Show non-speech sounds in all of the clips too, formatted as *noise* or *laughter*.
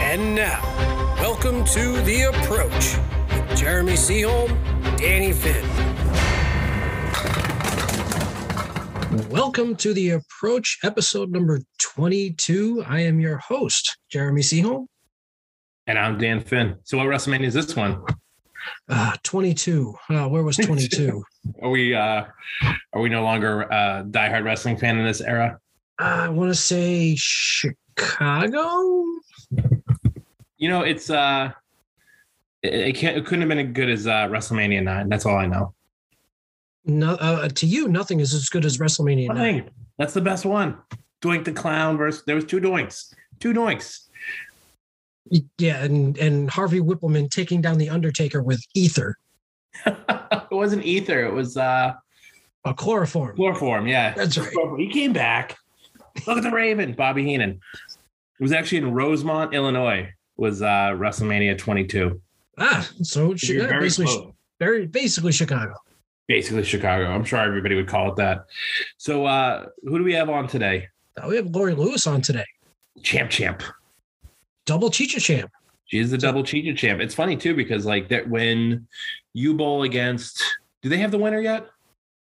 And now, welcome to The Approach with Jeremy Seaholm, Danny Finn. Welcome to The Approach, episode number 22. I am your host, Jeremy Seaholm. And I'm Dan Finn. So, what WrestleMania is this one? Uh, 22. Uh, where was 22? Are we uh, are we no longer uh, diehard wrestling fan in this era? I want to say Chicago. You know, it's uh, it, it can't it couldn't have been as good as uh, WrestleMania nine. That's all I know. No, uh, to you, nothing is as good as WrestleMania. One 9. thing that's the best one. Doink the clown versus there was two doinks, two doinks. *laughs* Yeah, and and Harvey Whippleman taking down the Undertaker with ether, it wasn't ether. It was uh, a chloroform. chloroform. Yeah, That's right. he came back. Look at the Raven, Bobby Heenan. It was actually in Rosemont, Illinois. Was uh, WrestleMania twenty two. Ah, so Chicago, basically, very basically Chicago. basically Chicago. I'm sure everybody would call it that. So uh who do we have on today? Uh, we have Lori Lewis on today, Champ Champ. double Chicha champ. She is the double cheater champ. It's funny too because like that when you bowl against do they have the winner yet?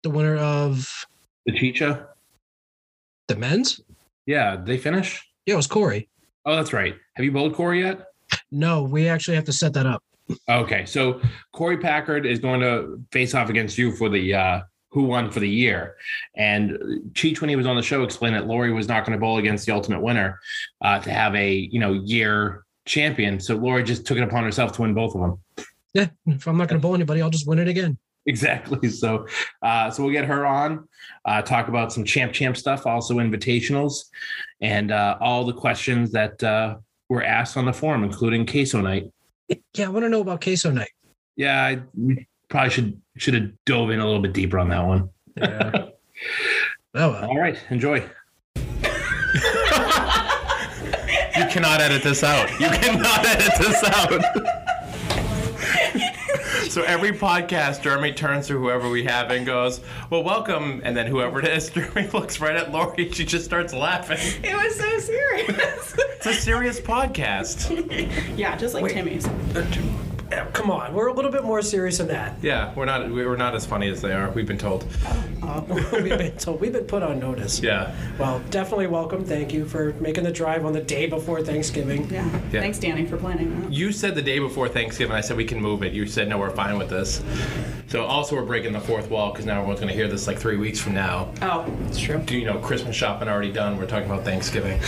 the winner of The Chicha? the men's. Yeah, did they finish? Yeah, it was Corey. Oh, that's right. Have you bowled Corey yet? No, we actually have to set that up. Okay. So Corey Packard is going to face off against you for the uh who won for the year. And Cheech, when he was on the show, explained that Lori was not going to bowl against the ultimate winner uh, to have a, you know, year champion. So Lori just took it upon herself to win both of them. *laughs* Yeah, if I'm not going to bowl anybody, I'll just win it again. *laughs* Exactly. So, uh, so we'll get her on, uh, talk about some champ champ stuff, also invitationals, and uh, all the questions that uh, were asked on the forum, including queso night. Yeah, I want to know about queso night. Yeah, I we probably should should have dove in a little bit deeper on that one. Yeah. oh well. All right, *laughs* enjoy. You cannot edit this out. You cannot edit this out. so every podcast, Jeremy turns to whoever we have and goes, "Well, welcome," and then whoever it is, *laughs* Jeremy looks right at Lori. She just starts laughing. It was *laughs* so serious. It's a serious podcast. yeah, just like Timmy's. Come on, we're a little bit more serious than that. Yeah, we're not we're not as funny as they are. We've been told. Uh, *laughs* we've been so we've been put on notice. Yeah. Well, definitely welcome. Thank you for making the drive on the day before Thanksgiving. Yeah. Yeah. Thanks, Danny, for planning that. You said the day before Thanksgiving, I said we can move it. You said no, we're fine with this. So also we're breaking the fourth wall because now everyone's going to hear this like three weeks from now. Oh, it's true. Do you know Christmas shopping already done? We're talking about Thanksgiving.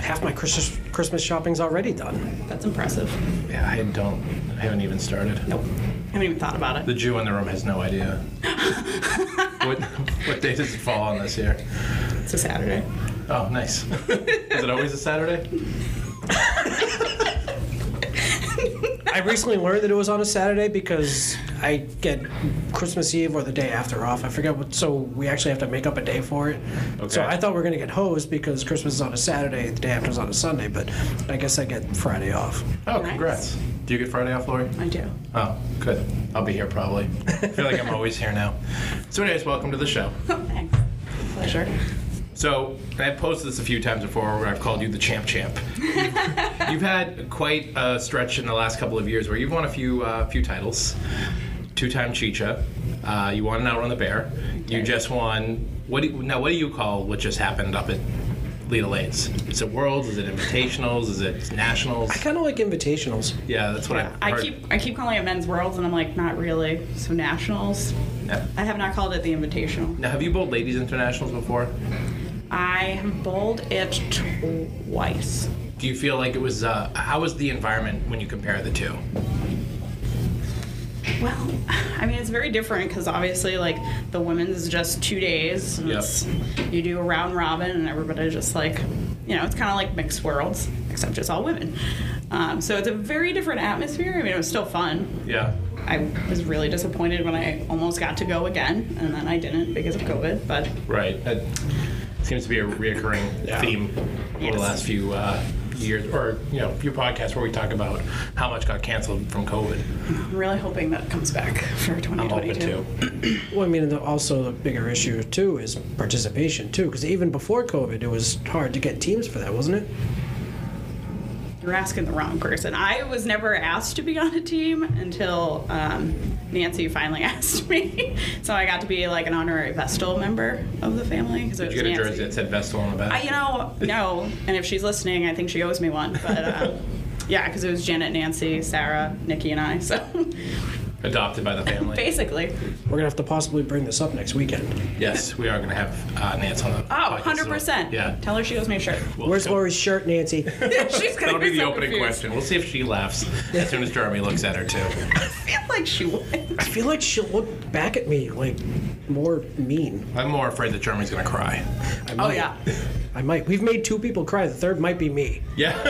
Half my Christmas Christmas shopping's already done. That's impressive. Yeah, I don't. I haven't even started. Nope. Haven't even thought about The it. Jew in the room has no idea. what what day does it fall on this year? It's a Saturday. Oh, nice. Is it always a Saturday? I recently learned that it was on a Saturday because I get Christmas Eve or the day after off. I forget what. So we actually have to make up a day for it. So Okay. I thought we were gonna get hosed because Christmas is on a Saturday, the day after is on a Sunday. But I guess I get Friday off. Oh, Nice. congrats. Do you get Friday off, Lori? I do. *laughs* Oh, good. I'll be here probably. I feel like I'm always here now. So, anyways, welcome to the show. Thanks. Pleasure. So, and I've posted this a few times before where I've called you the champ champ. you've had quite a stretch in the last couple of years where you've won a few uh, few titles. Two time Chicha. Uh, you won an Outrun the Bear. You just won. What do you, now? What do you call what just happened up at Lita Lanes? Is it Worlds? Is it Invitationals? Is it Nationals? Kind of like invitationals. Yeah, that's what I. I heard. keep I keep calling it men's worlds, and I'm like, not really. So nationals. Yeah. I have not called it the invitational. Now, have you bowled Ladies Internationals before? I have bowled it twice. Do you feel like it was? Uh, how was the environment when you compare the two? Well, I mean, it's very different because obviously, like, the women's is just two days. And Yep. it's, you do a round robin, and everybody just like, you know, it's kind of like mixed worlds, except it's all women. Um, so it's a very different atmosphere. I mean, it was still fun. Yeah. I was really disappointed when I almost got to go again, and then I didn't because of COVID. But Right. That seems to be a reoccurring Yeah. theme over Yes. the last few uh, years, or you know, few podcasts where we talk about how much got canceled from COVID. I'm really hoping that comes back for I'm hoping 2022. to. Well, I mean, the, also the bigger issue too is participation too, because even before COVID, it was hard to get teams for that, wasn't it? You're asking the wrong person. I was never asked to be on a team until um, Nancy finally *laughs* asked me. so I got to be like an honorary Vestal member of the family. Did Did you get a jersey that said Vestal on the back? I, Uh, you know, no. And if she's listening, I think she owes me one. But uh, *laughs* yeah, because it was Janet, Nancy, Sarah, Nikki, and I. So *laughs* Adopted by the family. basically, Oh, We're gonna have to possibly bring this up next weekend. yes, we are going to have uh, Nance on the. oh, podcast as well. 100%. Yeah. Tell her she owes me *laughs* a shirt. *laughs* We'll- Where's Lori's shirt, Nancy? she's going to That'll be the so opening confused. question. We'll see if she laughs as soon as Jeremy looks at her too. *laughs* I feel like she would. I feel like she'll look back at me like more mean. I'm more afraid that Jeremy's gonna cry. *laughs* I Oh, might. yeah. I might. We've made two people cry. The third might be me. Yeah,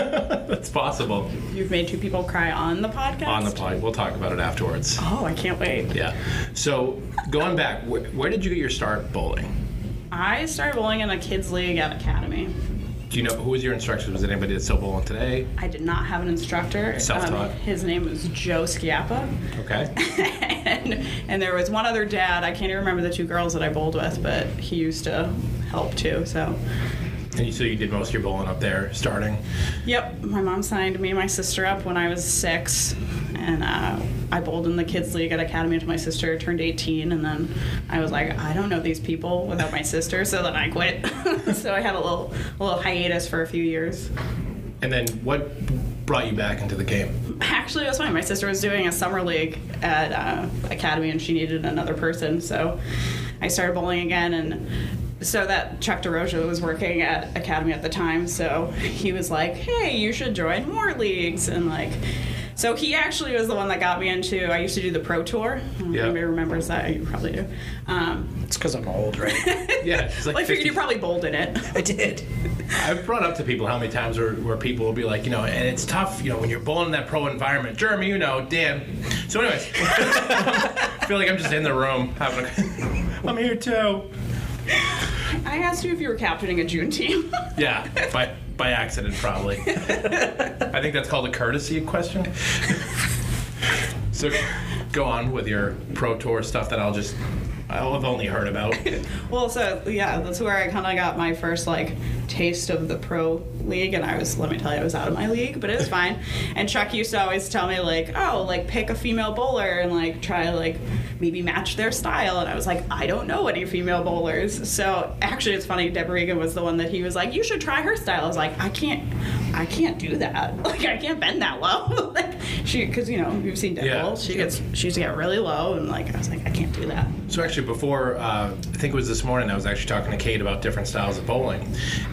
that's possible. You've made two people cry on the podcast? On the play, we'll talk about it afterwards. Oh, I can't wait. Yeah. So going back, where, where did you get your start bowling? I started bowling in a kids' league at Academy. Do you know who was your instructor? Was it anybody that's still bowling today? I did not have an instructor. Um, Self-taught. his name was Joe Schiappa. *laughs* Okay. and, and there was one other dad. I can't even remember the two girls that I bowled with, but he used to help too. So, And you, so you did most of your bowling up there, starting. yep, my mom signed me and my sister up when I was six. And uh, I bowled in the kids' league at Academy until my sister turned 18. And then I was like, I don't know these people without my sister. So then I quit. *laughs* so I had a little, a little hiatus for a few years. And then what brought you back into the game? Actually, it was funny. My sister was doing a summer league at uh, Academy, and she needed another person, so I started bowling again. And so that Chuck DeRosa was working at Academy at the time, so he was like, "Hey, you should join more leagues," and like. So he actually was the one that got me into. I used to do the pro tour. I don't know if Yeah. Anybody remembers that? You probably do. Um, It's because I'm old, right? *laughs* Yeah. It's like well, I figured 50 you probably bowled in it. I did. I've brought up to people how many times where, where people will be like, you know, and it's tough, you know, when you're bowling in that pro environment. Jeremy, you know, Dan. So, anyways, *laughs* I feel like I'm just in the room having a. *laughs* I'm here too. I asked you if you were captaining a June team. *laughs* Yeah, by by accident probably. I think that's called a courtesy question. so, go on with your pro tour stuff that I'll just I'll have only heard about. Well, so yeah, that's where I kind of got my first like taste of the pro league, and I was let me tell you, I was out of my league, but it was fine. And Chuck used to always tell me like, oh, like pick a female bowler and like try to like maybe match their style, and I was like, I don't know any female bowlers. So actually, it's funny. Deborah Regan was the one that he was like, you should try her style. I was like, I can't, I can't do that. *laughs* Like I can't bend that low. *laughs* like she, because you know you've seen Deb Yeah. bowl, she gets she used to get really low, and like I was like, I can't do that. So actually, before uh, I think it was this morning, I was actually talking to Kate about different styles of bowling,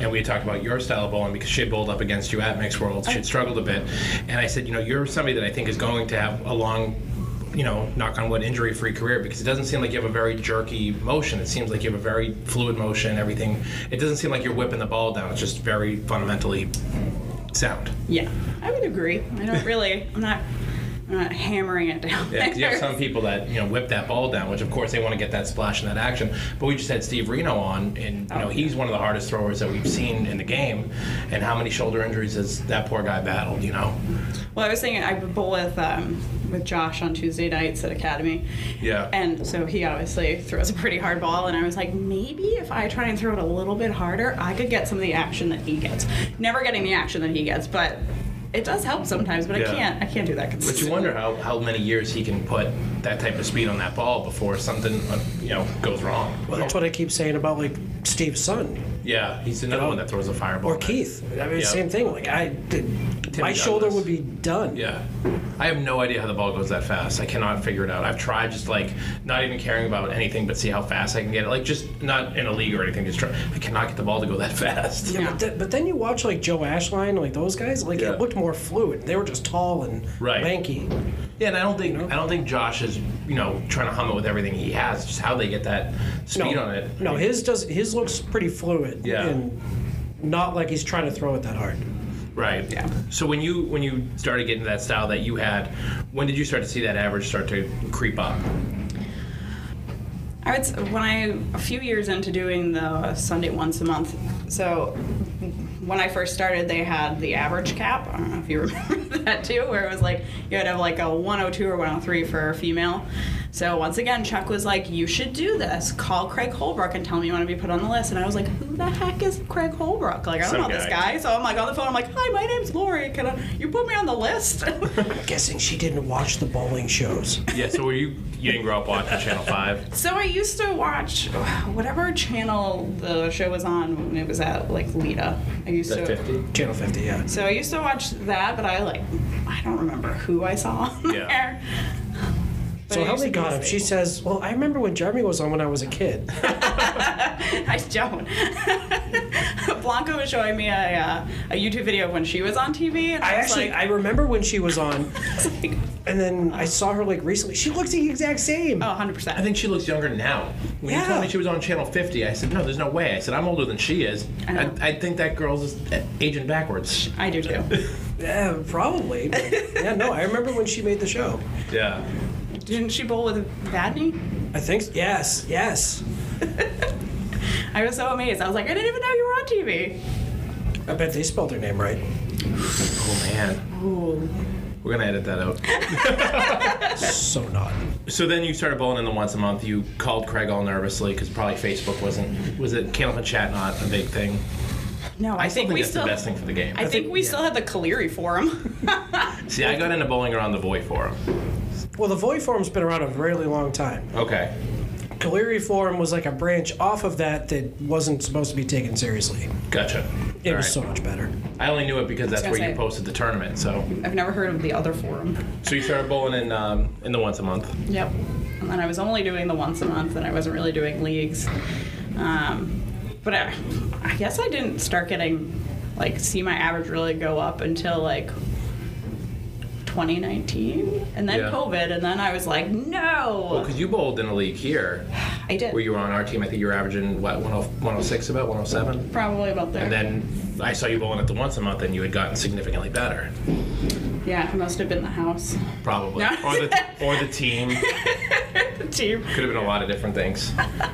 and we had talked about your style of bowling because she had bowled up against you at Mixed Worlds. She had struggled a bit, and I said, you know, you're somebody that I think is going to have a long, you know, knock on wood, injury-free career because it doesn't seem like you have a very jerky motion. It seems like you have a very fluid motion. Everything. It doesn't seem like you're whipping the ball down. It's just very fundamentally sound. Yeah, I would agree. I don't really. I'm not. I'm not hammering it down. Yeah, 'cause you have there. some people that you know whip that ball down, which of course they want to get that splash and that action. But we just had Steve Reno on, and you know he's one of the hardest throwers that we've seen in the game. And how many shoulder injuries has that poor guy battled? You know. Well, I was thinking I would bowl with um, with Josh on Tuesday nights at Academy. Yeah. And so he obviously throws a pretty hard ball, and I was like, maybe if I try and throw it a little bit harder, I could get some of the action that he gets. Never getting the action that he gets, but it does help sometimes. But Yeah. I can't. I can't do that But consistently. you wonder how, how many years he can put that type of speed on that ball before something uh, you know goes wrong. Well, that's what I keep saying about like Steve's son yeah, he's another one that throws a fireball. or Keith. I mean, Yeah. same thing. Like I, did, my shoulder would Douglas. be done. Yeah. I have no idea how the ball goes that fast. I cannot figure it out. I've tried just like not even caring about anything but see how fast I can get it. Like just not in a league or anything. Just try. I cannot get the ball to go that *laughs* fast. Yeah, But, th- but then you watch like Joe Ashline, like those guys, like Yeah. it looked more fluid. They were just tall and Right. lanky. Yeah, and I don't think I don't think Josh is you know trying to hum it with everything he has. Just how they get that speed no, on it. No, his does his looks pretty fluid. Yeah. And not like he's trying to throw it that hard. Right. Yeah. So when you when you started getting that style that you had, when did you start to see that average start to *laughs* creep up? I would s- when I a few years into doing the Sunday once a month. So when I first started, they had the average cap. I don't know if you *laughs* remember that too, where it was like you had to have like a 102 or 103 for a female. So once again, Chuck was like, "You should do this. Call Craig Holbrook and tell me you want to be put on the list." And I was like, "Who the heck is Craig Holbrook? Like, I don't Some know this guy. guy." So I'm like on the phone. I'm like, "Hi, my name's Lori. Can I, you put me on the list?" *laughs* I'm guessing she didn't watch the bowling shows. Yeah, so were you you didn't grow up watching Channel Five? So I used to watch whatever channel the show was on when it was at like Lita. I used to. Channel 50, yeah. So I used to watch that, but I like I don't remember who I saw on Yeah. there. But So I used Helly to got be him. She stable. says, "Well, I remember when Jeremy was on when I was a *laughs* kid." I don't. *laughs* Blanca was showing me a, uh, a YouTube video of when she was on TV, and I, I was actually like, I remember when she was on, was like, and then I saw her like recently. She looks the exact same. *laughs* oh, 100 percent. I think she looks younger now. When you Yeah. told me she was on Channel 50, I said, no, there's no way. I said, I'm older than she is. I I, know. I think that girl's uh, aging backwards. I do too. Yeah, Uh, *laughs* probably. but- yeah, no, I remember when she made the show. Yeah. Didn't she bowl with a bad knee? I think s- yes, yes. I was so amazed. I was like, I didn't even know you were on TV. I bet they spelled her name right. Oh, man. We're going to edit that out. So not. so then you started bowling in the once a month. You called Craig all nervously because probably Facebook wasn't, was it Candle and Chat not a big thing? No, I, I still think, think we that's still. the best thing for the game. I think we still had the Kaliri forum. See, I got into bowling around the Voy Forum. Well, the Voy forum's been around a really long time. Okay. Kaliri forum was like a branch off of that that wasn't supposed to be taken seriously. Gotcha. It All was so right. much better. I only knew it because that's gonna where you say- posted the tournament. So, I've never heard of the other forum. so you started bowling in um, in the once a month. Yep. And then I was only doing the once a month, and I wasn't really doing leagues. Um, but I, I guess I didn't start getting, like, see my average really go up until like 2019, and then Yeah. COVID, and then I was like, no, Because you bowled in a league here, I did. where you were on our team. I think you were averaging what oh, 10 106 about 107. Probably about there. And then I saw you bowling at the once a month, and you had gotten significantly better, yeah, it must have been the house probably. No. Or the or the *laughs* team team. could have been a lot of different things.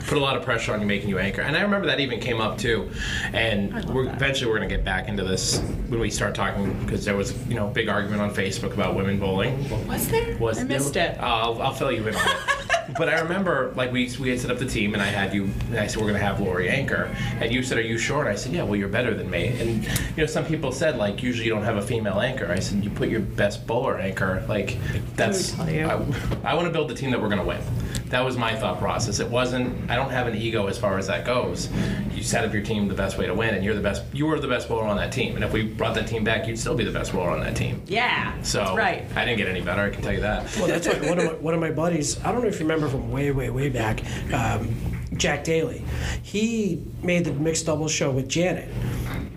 Put a lot of pressure on you, making you anchor. And I remember that even came up too. And love we're, that. eventually we're going to get back into this when we start talking because there was you know big argument on Facebook about women bowling. Was there? was I missed there- Oh. it. I'll, I'll fill you in. on *laughs* it. but I remember, like we we had set up the team, and I had you, and I said we're gonna have Lori anchor, and you said, "Are you sure?" And I said, "Yeah." Well, you're better than me. And you know, some people said like usually you don't have a female anchor. I said, "You put your best bowler anchor. Like that's tell you? I, want to build the team that we're gonna win." That was my thought process. It wasn't. I don't have an ego as far as that goes. You set up your team the best way to win, and you're the best. You were the best bowler on that team, and if we brought that team back, you'd still be the best bowler on that team. yeah. So that's right. I didn't get any better. I can tell you that. Well, that's what one of my, one of my buddies. I don't know if you remember from way, way, way back, um, Jack Daly. He made the mixed double show with Janet,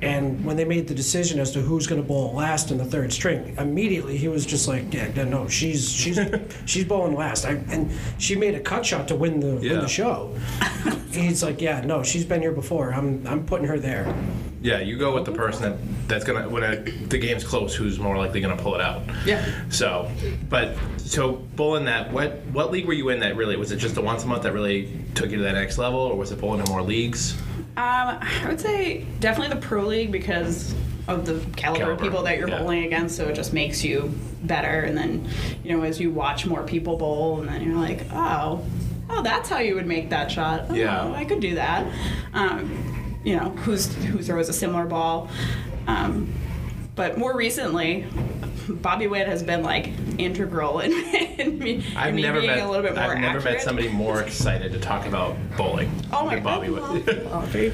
and when they made the decision as to who's going to bowl last in the third string, immediately he was just like, "Yeah, no, no, she's she's she's bowling last." I, and she made a cut shot to win the win Yeah. the show. He's like, "Yeah, no, she's been here before. I'm I'm putting her there." Yeah, you go with the person that that's gonna when it, the game's close, who's more likely gonna pull it out. Yeah. So, but so bowling that what what league were you in that really was it just the once a month that really took you to that next level, or was it bowling in more leagues? Um, I would say definitely the pro league because of the caliber, of Caliber, people that you're yeah. bowling against. So it just makes you better. And then, you know, as you watch more people bowl, and then you're like, oh, oh, that's how you would make that shot. Oh, Yeah. I could do that. Um, you know, who's who throws a similar ball. Um, but more recently, Bobby Witt has been like integral in, *laughs* in me, in me being a little bit more I've never met accurate. somebody more excited to talk about bowling. Oh my than Bobby God, *laughs* Wood. *laughs* Bobby.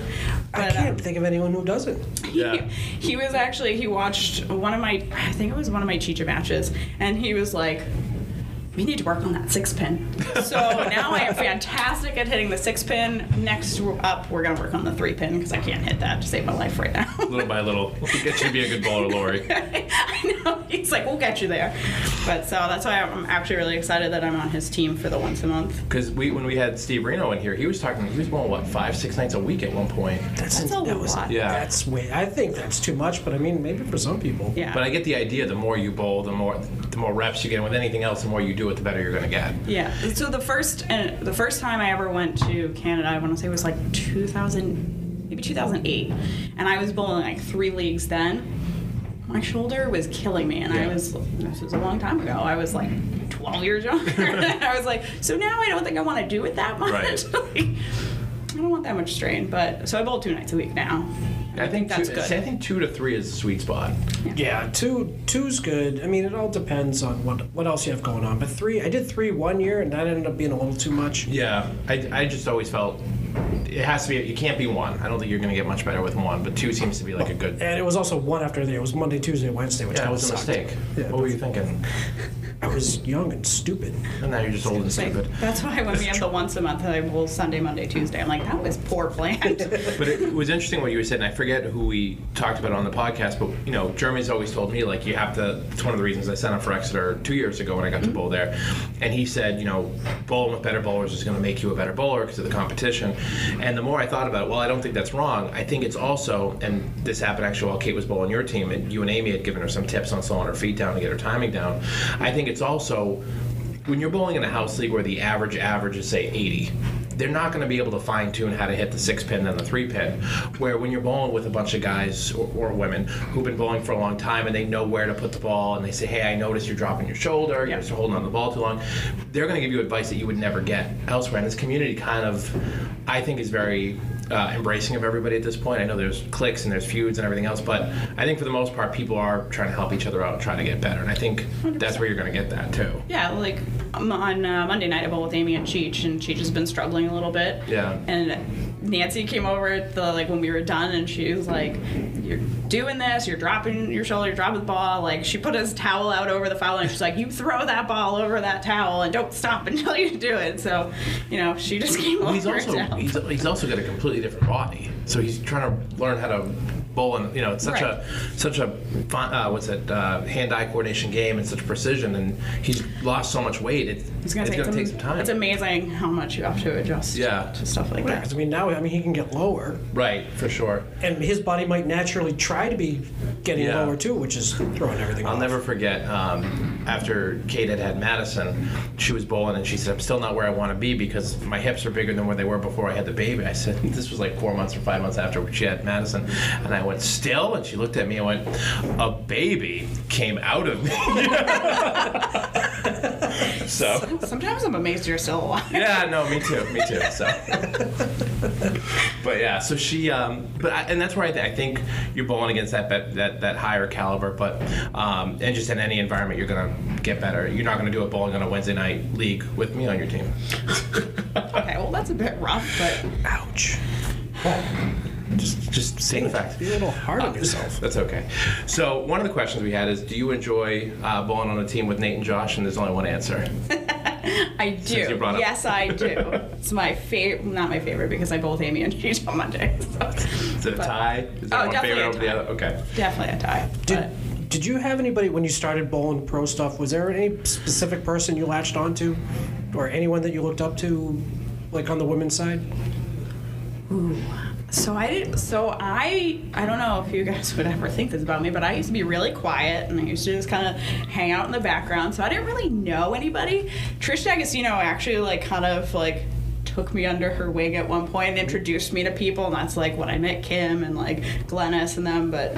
I But, um, can't think of anyone who doesn't. yeah. he, he was actually he watched one of my I think it was one of my Chicha matches, and he was like, "We need to work on that six pin." So now I am fantastic at hitting the six pin. Next up, we're gonna work on the three pin because I can't hit that to save my life right now. *laughs* Little by little, *laughs* get you to be a good bowler, Lori. I know he's like, "We'll get you there," but so that's why I'm actually really excited that I'm on his team for the once a month. Because we, when we had Steve Reno in here, he was talking. He was bowling what five, six nights a week at one point. That's, That's a that was- lot. Yeah. That's way. I think that's too much, but I mean, maybe for some people. Yeah, But I get the idea. The more you bowl, the more the more reps you get. With anything else, the more you do it, the better you're going to get. Yeah. So the first and the first time I ever went to Canada, I want to say was like 2008 maybe 2008, and I was bowling like three leagues then. My shoulder was killing me, and I Yeah. was this was a long time ago. I was like 12 years younger. *laughs* I was like, so now I don't think I want to do it that much. Right. *laughs* Like, I don't want that much strain, but so I bowl two nights a week now. I think that's two, good. I think two to three is the sweet spot. Yeah, two two's good. I mean, it all depends on what what else you have going on. But three, I did three one year, and that ended up being a little too much. Yeah, I, I just always felt it has to be. You can't be one. I don't think you're going to get much better with one, but two seems to be like a good. And it was also one after the other. It was Monday, Tuesday, Wednesday, which Yeah, I that was a mistake. Yeah. what were *laughs* you thinking? I was young and stupid. And now you're just old and stupid. That's why when we have the once a month, I bowl Sunday, Monday, Tuesday. I'm like, that was poor planned. But it was interesting what you said, and I forget who we talked about on the podcast, but you know, Jeremy's always told me like you have to. It's one of the reasons I sent up for Exeter two years ago when I got to bowl there, and he said, you know, bowling with better bowlers is going to make you a better bowler because of the competition. And the more I thought about it, well, I don't think that's wrong. I think it's also, and this happened actually while Kate was bowling your team, and you and Amy had given her some tips on slowing her feet down to get her timing down. I think it's also when you're bowling in a house league where the average average is say 80 they're not going to be able to fine tune how to hit the six pin and the three pin where when you're bowling with a bunch of guys or, or women who've been bowling for a long time and they know where to put the ball and they say hey i noticed you're dropping your shoulder you're just holding on to the ball too long they're going to give you advice that you would never get elsewhere and this community kind of i think is very uh, embracing of everybody at this point i know there's cliques and there's feuds and everything else but i think for the most part people are trying to help each other out and trying to get better and i think that's where you're going to get that too yeah, like um, on uh, Monday night, I bowled with Amy and Cheech, and Cheech has been struggling a little bit. Yeah. And Nancy came over at the like when we were done, and she was like, "You're doing this. You're dropping your shoulder. You're dropping the ball." Like she put his towel out over the foul, and she's like, "You throw that ball over that towel, and don't stop *laughs* until you do it." So, you know, she just came Well, over. he's also and helped. he's, he's also got a completely different body, so he's trying to learn how to bowl, and you know, it's such a such a fun, uh, what's it uh, hand-eye coordination game and such precision, and he's lost so much weight. It's, it's going to take, some time. It's amazing how much you have to adjust Yeah. to stuff like that. 'Cause, I mean, now I mean he can get lower, right, for sure. and his body might naturally try to be getting Yeah. lower too, which is throwing everything. I'll off. never forget um, after Kate had had Madison, she was bowling and she said, I'm still not where I want to be because my hips are bigger than where they were before I had the baby. I said, This was like four months or five months after she had Madison. And I went, Still? And she looked at me and went, A baby came out of me. *laughs* so, Sometimes I'm amazed you're still alive. yeah, no, me too, me too. So. But yeah, so she, um, but I, and that's where I, th- I think you're bowling against that bet, that that higher caliber. But um, and just in any environment, you're gonna get better. You're not gonna do it bowling on a Wednesday night league with me on your team. Okay, well that's a bit rough, but Ouch! Just just saying the fact. Be a little hard on Uh, yourself. That's okay. So one of the questions we had is, do you enjoy uh, bowling on a team with Nate and Josh? And there's only one answer. I do. you brought up- Yes, I do. it's my favorite, not my favorite because I both Amy and Cheech on Monday. *laughs* *laughs* Is So it a But- tie? Is there Oh, one favorite definitely a over the tie. other? Okay. definitely a tie. Did did you have anybody when you started bowling pro stuff? Was there any specific person you latched onto, or anyone that you looked up to, like on the women's side? But, so I did. So I I don't know if you guys *laughs* would ever think this about me, but I used to be really quiet and I used to just kind of hang out in the background. So I didn't really know anybody. Trish D'Agostino actually like kind of like took me under her wing at one point and introduced me to people and that's like when I met Kim and like Glennis and them but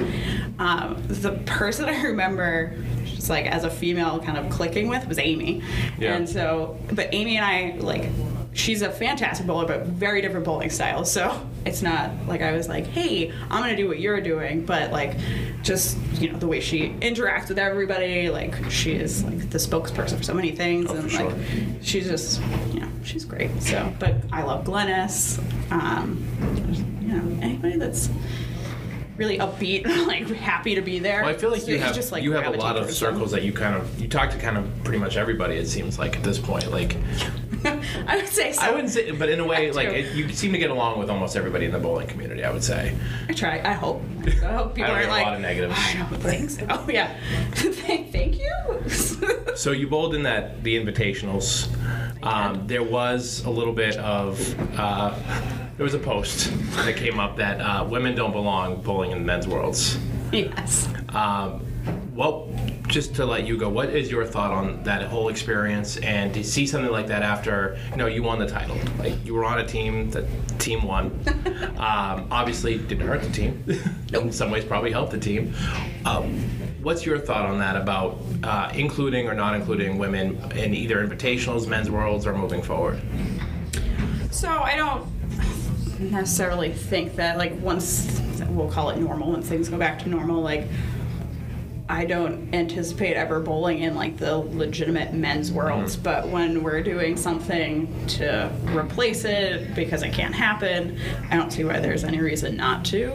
um, the person I remember just like as a female kind of clicking with was Amy Yeah. and so but Amy and I like she's a fantastic bowler but very different bowling styles so it's not like I was like hey I'm gonna do what you're doing but like just you know the way she interacts with everybody like she is like the spokesperson for so many things and Oh, for like sure. she's just you know she's great so but i love glennis um, you know anybody that's really upbeat *laughs* like happy to be there Well, I feel like So you it's have just, you have a gravitate lot of towards them. circles that you kind of you talk to kind of pretty much everybody. It seems like at this point, like i would say so I wouldn't say, but in a way, That's like true. it, you seem to get along with almost everybody in the bowling community. I would say. i try i hope i hope people I are don't get like a lot of negatives. i don't *laughs* think so oh yeah *laughs* thank thank you *laughs* So you bowled in that the invitationals. Um, there was a little bit of uh, there was a post that came up that uh, women don't belong bowling in men's worlds. yes Um, what just to let you go, what is your thought on that whole experience? And to see something like that after, you know, you won the title, like you were on a team that team won. um, obviously, didn't hurt the team. In some ways, probably helped the team. Um, what's your thought on that about uh, including or not including women in either invitationals, men's worlds, or moving forward? So I don't necessarily think that like once we'll call it normal when things go back to normal like I don't anticipate ever bowling in like the legitimate men's worlds, but when we're doing something to replace it because it can't happen, I don't see why there's any reason not to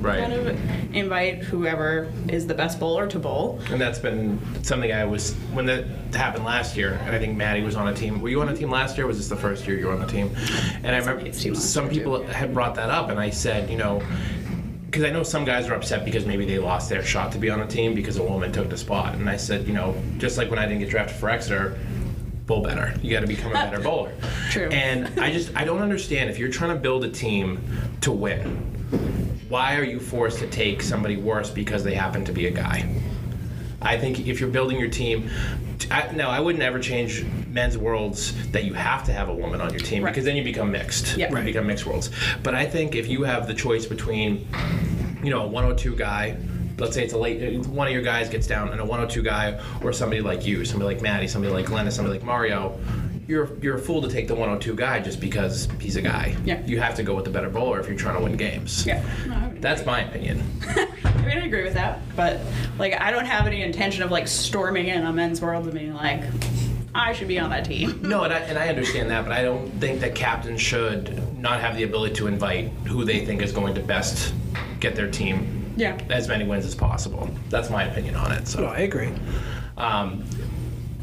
Right. kind of invite whoever is the best bowler to bowl. And that's been something I was when that happened last year, and I think Maddie was on a team. Were you on a team last year? Or was this the first year you were on the team? And I remember It's team last some year, too. people had brought that up, and I said, you know, because I know some guys are upset because maybe they lost their shot to be on the team because a woman took the spot, and I said, you know, just like when I didn't get drafted for Exeter. Bowl better. You got to become a better *laughs* bowler. True. And I just I don't understand if you're trying to build a team to win, why are you forced to take somebody worse because they happen to be a guy? I think if you're building your team, I, no, I wouldn't ever change men's worlds that you have to have a woman on your team Right. because then you become mixed. Yeah. You become mixed worlds. But I think if you have the choice between, you know, a 102 guy, let's say it's a late, uh, one of your guys gets down, and a 102 guy, or somebody like you, somebody like Maddie, somebody like Lennon, somebody like Mario. You're, you're a fool to take the 102 guy just because he's a guy. Yeah. You have to go with the better bowler if you're trying to win games. Yeah. No, I would That's my opinion. I mean, I agree with that, but like, I don't have any intention of like storming in on men's world and being like, I should be on that team. *laughs* No, and I, and I understand that, but I don't think that captains should not have the ability to invite who they think is going to best get their team Yeah. as many wins as possible. That's my opinion on it. No, So, I agree. um,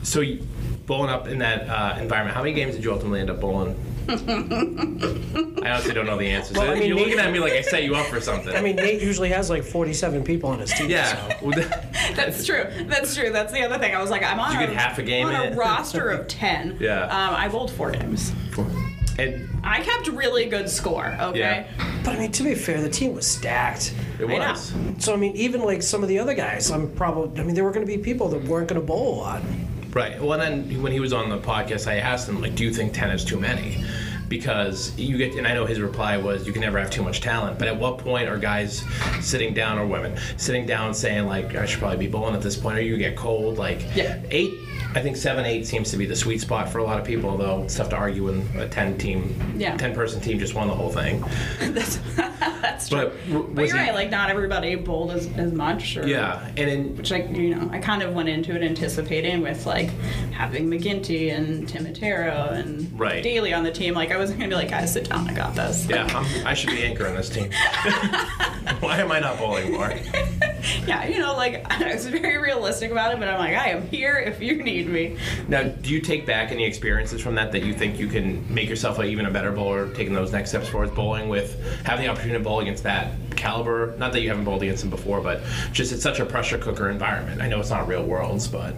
so you, bowling up in that uh, environment, how many games did you ultimately end *laughs* up bowling? I honestly don't know the answer. So Well, I mean, you're maybe- looking at me like I set you up for something. I mean, Nate usually has like 47 people on his team. *laughs* so- yeah. Well, that- That's true. That's true. That's the other thing. I was like, I'm on, You a, get half a game on in. a *laughs* roster of 10. Yeah. Um, I bowled four games. and I kept really good score, okay? But I mean, to be fair, the team was stacked. it I know. was. So I mean, even like some of the other guys, I'm probably. I mean, there were going to be people that weren't going to bowl a lot. Right. Well, and then when he was on the podcast, I asked him like, "Do you think ten is too many?" Because you get, and I know his reply was, "You can never have too much talent." But at what point are guys sitting down or women sitting down saying like, "I should probably be bowling at this point," or you get cold? Like, Yeah. eight. I think seven, eight seems to be the sweet spot for a lot of people. Although it's tough to argue when a ten team, Yeah. ten person team just won the whole thing. *laughs* That's, that's true. But w- But, was you're he- right. Like, not everybody bowled as, as much. Or, Yeah, and then Which, like, you know, I kind of went into it anticipating with, like, having McGinty and Timotero and Right. Daly on the team. Like, I wasn't going to be like, guys, sit down. I got this. yeah, I'm, I should be anchoring this *laughs* team. *laughs* Why am I not bowling more? Yeah, you know, like *laughs* I was very realistic about it, but I'm like, I am here if you need me. Now, do you take back any experiences from that that you think you can make yourself a, even a better bowler, taking those next steps towards bowling with having the opportunity to bowl against that caliber? Not that you haven't bowled against them before, but just it's such a pressure cooker environment. I know it's not real worlds, but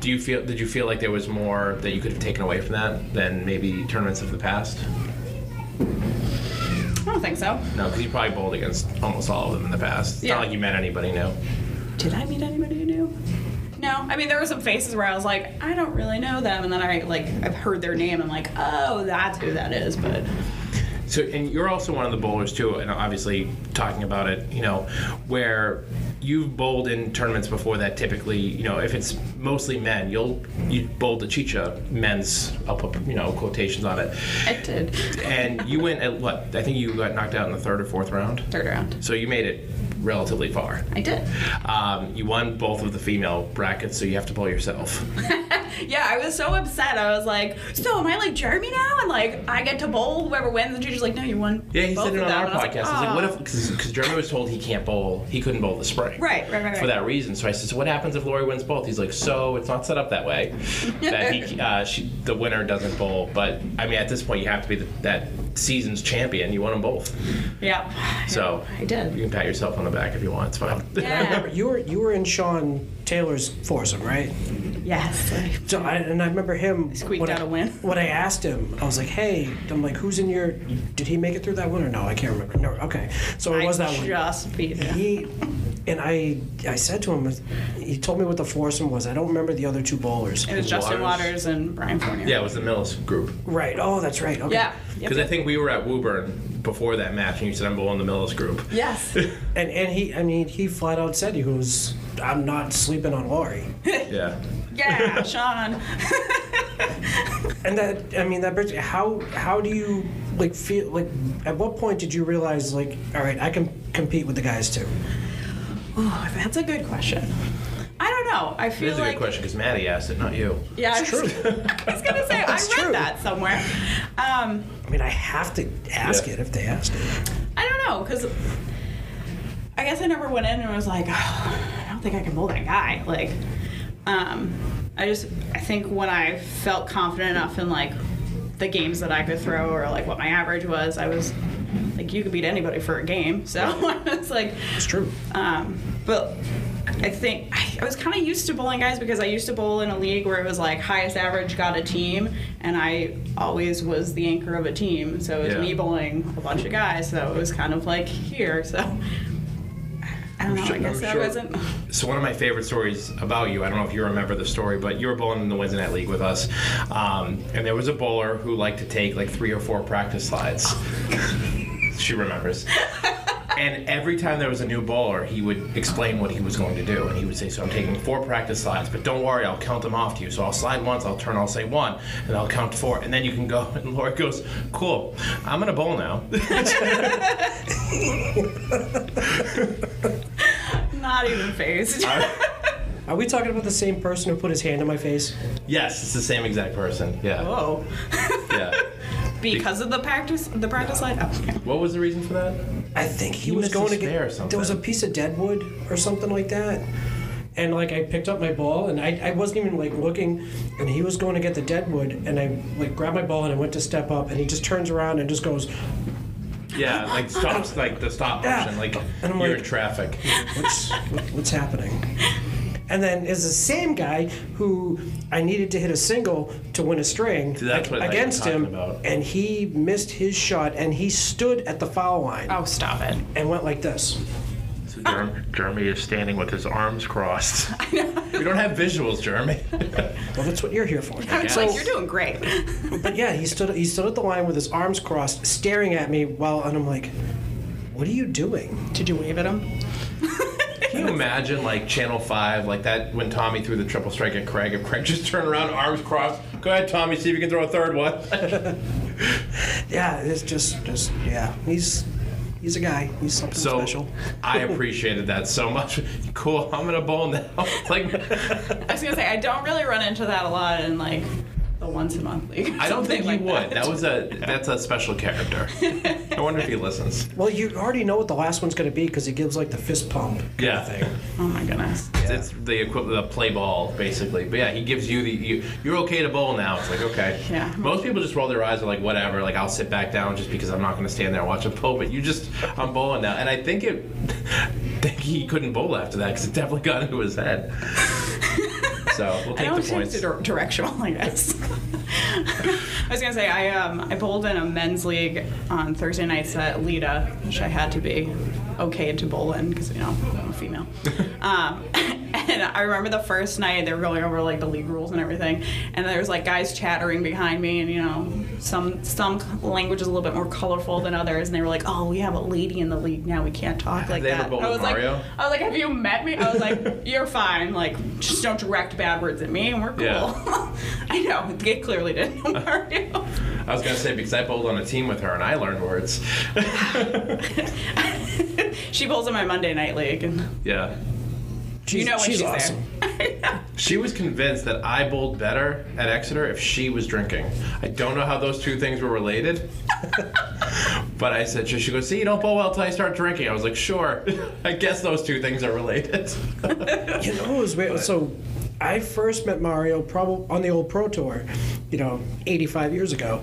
do you feel did you feel like there was more that you could have taken away from that than maybe tournaments of the past? I don't think so. No, because you probably bowled against almost all of them in the past. It's Yeah. not like you met anybody new. Did I meet anybody new? No, I mean there were some faces where I was like, I don't really know them, and then I like I've heard their name. I'm like, oh, that's who that is. But So, and you're also one of the bowlers too, and obviously talking about it, you know, where you've bowled in tournaments before that. Typically, you know, if it's mostly men, you'll you bowl the chicha men's. I'll put you know quotations on it, I did and you went at what I think you got knocked out in the third or fourth round. third round. So you made it relatively far. I did. Um, you won both of the female brackets, so you have to bowl yourself. Yeah, I was so upset. I was like, so am I like Jeremy now? And like I get to bowl whoever wins. And she's like, no, you won. Yeah, he both said it of on them. our And I was podcast. I was like, what "Oh." if, because Jeremy was told he can't bowl, he couldn't bowl the spring. Right, right, right, For right. that reason. So I said, so what happens if Lori wins both? He's like, so it's not set up that way that *laughs* he, uh, she, the winner doesn't bowl. But I mean, at this point, you have to be the, that season's champion. You won them both. Yeah. So I did. You *laughs* can pat yourself on the back if you want. It's fine. I remember Yeah. you were you were in Sean Taylor's foursome, right? Yes. So I, and I remember him. Squeaked when out I- a win. When I asked him, I was like, "Hey," I'm like, "Who's in your? Did he make it through that one or no? I can't remember. No, okay. So it was that I one. just beat him. He and I. I said to him, he told me what the foursome was. I don't remember the other two bowlers. It was Justin Waters. Waters and Brian Fournier. *laughs* Yeah, it was the Mills group. Right. Oh, that's right. Okay. Yeah. Yep, Because I yep. think we were at Woburn before that match, and you said I'm bowling the Millis *laughs* group. *laughs* Yes. And and he, I mean, he flat out said he was. I'm not sleeping on Laurie. Yeah. yeah, Sean. And that, I mean, that brings. How how do you like feel like? At what point did you realize like, all right, I can compete with the guys too? Oh, that's a good question. I don't know. I This feel is a like good question because Maddie asked it, not you. yeah, It's I was- true. *laughs* I was gonna say I read true. that somewhere. Um, I mean, I have to ask Yeah. it if they ask it. I don't know because I guess I never went in and was like, *sighs* oh, I don't think I can bowl that guy. Like, um, I just I think when I felt confident enough in like the games that I could throw or like what my average was, I was like, you could beat anybody for a game. So *laughs* I was like, It's true. Um, but I think I, I was kind of used to bowling guys because I used to bowl in a league where it was like highest average got a team, and I always was the anchor of a team. So it was Yeah. me bowling a bunch of guys. So it was kind of like here. *laughs* So I don't know. sure- I guess I'm I sure- wasn't. *laughs* So one of my favorite stories about you, I don't know if you remember the story, but you were bowling in the Wednesday Night League with us, um, and there was a bowler who liked to take like three or four practice slides. she remembers. And every time there was a new bowler, he would explain what he was going to do. And he would say, So I'm taking four practice slides, but don't worry, I'll count them off to you. So I'll slide once, I'll turn, I'll say one, and I'll count four. And then you can go. *laughs* And Laura goes, Cool, I'm going to bowl now. Not *laughs* even phased. Are we talking about the same person who put his hand in my face? yes, it's the same exact person. Yeah. Whoa. Yeah. because of the practice, the practice line. Oh, okay. What was the reason for that? I think he, He was missed going to his get. spare or something. There was a piece of dead wood or something like that. And like I picked up my ball and I, I wasn't even like looking and he was going to get the dead wood and I like grabbed my ball and I went to step up and he just turns around and just goes, Yeah, like stops, like the stop Yeah. option, like And I'm you're like- in traffic. What's what- what's happening? And then is the same guy who I needed to hit a single to win a string That's what I was against talking him, about. and he missed his shot, and he stood at the foul line oh, stop it. and went like this. So Jeremy, Jeremy is standing with his *laughs* arms crossed. We don't have visuals, Jeremy. Well, that's what you're here for. I was like, you're doing great. *laughs* But yeah, he stood he stood at the line with his arms crossed, staring at me while, and I'm like, "What are you doing?" Did you wave at him? Can you imagine like Channel Five, like that when Tommy threw the triple strike at Craig? If Craig *laughs* just turned around, arms crossed, go ahead, Tommy, see if you can throw a third one. Yeah, it's just just yeah, he's he's a guy. He's something So special. I appreciated that so much. *laughs* Cool, I'm gonna bowl now. *laughs* like I was gonna say I don't really run into that a lot in like the once a month league. or I don't think something he like would. That was a that's a *laughs* special character. I wonder if he listens. Well, you already know what the last one's going to be because he gives like the fist pump kind Yeah. of thing. Oh my goodness. It's the equivalent of play ball, basically. But yeah, he gives you the you, you're okay to bowl now. It's like okay. Yeah. Most people just roll their eyes and like whatever. Like I'll sit back down just because I'm not going to stand there and watch a bowl. But you just I'm bowling now, and I think it. *laughs* I think he couldn't bowl after that because it definitely got into his head. so we'll take I the don't take points. the dir- directional, I guess. *laughs* I was gonna say I um I bowled in a men's league on Thursday nights at Lita, which I had to be okay to bowl in because you know I'm *laughs* a female. um, *laughs* and I remember the first night they were going over like the league rules and everything, and there was like guys chattering behind me, and you know some some language is a little bit more colorful than others, and they were like, oh, we have a lady in the league now, we can't talk like they ever that. bowled I with was like, Mario? I was like, have you met me? I was like, *laughs* you're fine. Like, just don't direct bad words at me, and we're cool. Yeah. *laughs* I know they clearly didn't *laughs* know Mario. I was going to say because I bowled on a team with her and I learned words. *laughs* she bowls in my Monday night league, and yeah. She's, you know when she's, she's awesome. She was convinced that I bowled better at Exeter if she was drinking. I don't know how those two things were related. *laughs* but I said, she she goes, see, you don't bowl well till I start drinking. I was like, sure. *laughs* I guess those two things are related. *laughs* You know, it was weird. So I first met Mario probably on the old Pro Tour, you know, 85 years ago,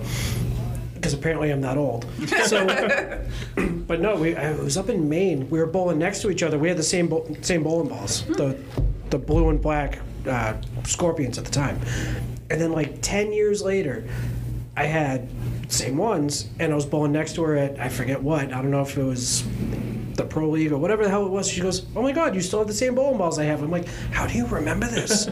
because apparently I'm that old. *laughs* So, but no, we, I was up Hmm. in Maine. We were bowling next to each other. We had the same bo- same bowling balls, the the blue and black uh, Scorpions at the time. And then like 10 years later, I had same ones, and I was bowling next to her at I forget what. I don't know if it was the pro league or whatever the hell it was. She goes, "Oh my god, you still have the same bowling balls I have." I'm like, "How do you remember *laughs* this?"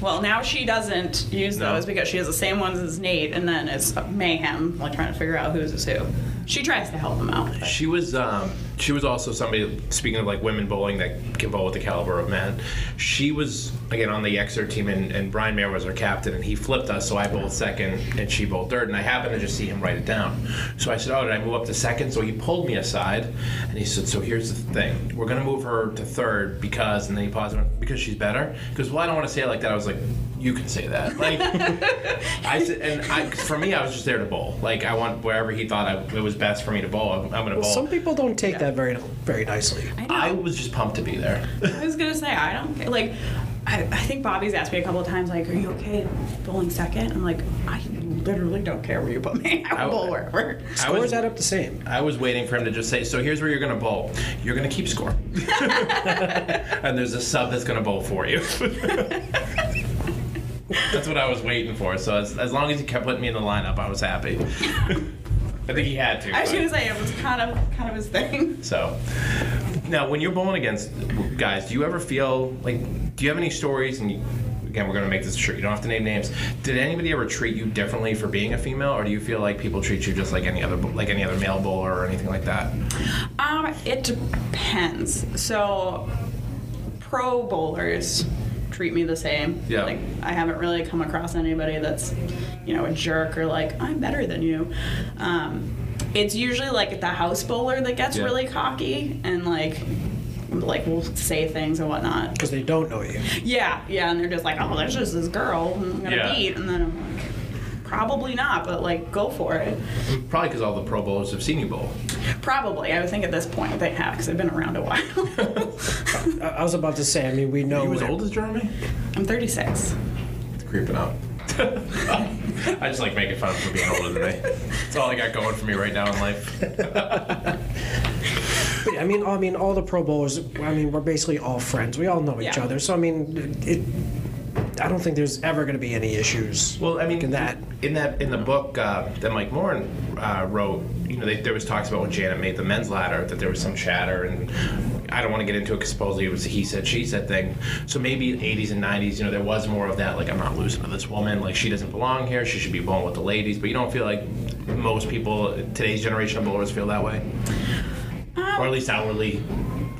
Well, now she doesn't use No. those because she has the same ones as Nate, and then it's mayhem, like trying to figure out who's is who. She tries to help him out. but- She was um, she was also somebody speaking of like women bowling that can bowl with the caliber of men. She was again on the Exeter team and, and Brian Mayer was our captain and he flipped us so I bowled second and she bowled third and I happened to just see him write it down. So I said, "Oh, did I move up to second? So he pulled me aside and he said, "So here's the thing. We're going to move her to third because and then he paused and went, because she's better." Because well, I don't want to say it like that. I was like, "You can say that." Like I said, and I, for me, I was just there to bowl. Like I want wherever he thought I, it was best for me to bowl. I'm, I'm gonna bowl. Some people don't take that very very nicely. I was just pumped to be there. I was gonna say I don't ca- like. I, I think Bobby's asked me a couple of times, like, "Are you okay bowling second? I'm like, I literally don't care where you put me. I will bowl wherever. I Scores was, add up the same. I was waiting for him to just say, "So here's where you're gonna bowl. You're gonna keep score." and there's a sub that's gonna bowl for you. that's what I was waiting for. So as, as long as he kept putting me in the lineup, I was happy. I think he had to. I was but- gonna say it was kind of kind of his thing. *laughs* So, now when you're bowling against guys, do you ever feel like, do you have any stories? And you, again, we're going to make this sure you don't have to name names. Did anybody ever treat you differently for being a female, or do you feel like people treat you just like any other, like any other male bowler or anything like that? Um, it depends. So, pro bowlers treat me the same. Yeah. Like, I haven't really come across anybody that's, you know, a jerk or like, I'm better than you. Um, it's usually like the house bowler that gets Yeah. really cocky and like, like will say things and whatnot. Because they don't know *laughs* you. Yeah, yeah, and they're just like, oh, there's just this girl who I'm gonna Yeah. beat, and then I'm like, probably not, but like, go for it. Probably because all the pro bowlers have seen you bowl. Probably, I would think at this point they have because I've been around a while. *laughs* I, I was about to say. I mean, we know. He was when- old as Jeremy. I'm 36. It's creeping up. *laughs* I just like making fun of him for being older than me. That's all I got going for me right now in life. I mean, I mean, all the Pro Bowlers. I mean, we're basically all friends. We all know each Yeah. other. So I mean, it. I don't think there's ever going to be any issues. Well, I mean, in that. in that in the book uh, that Mike Morin uh, wrote, you know, they, there was talks about when Janet made the men's ladder that there was some chatter, and I don't want to get into it because supposedly it was a he said she said thing. So maybe in 80s and 90s, you know, there was more of that. Like I'm not losing to this woman. Like she doesn't belong here. She should be born with the ladies. But you don't feel like most people today's generation of bowlers feel that way, or at least outwardly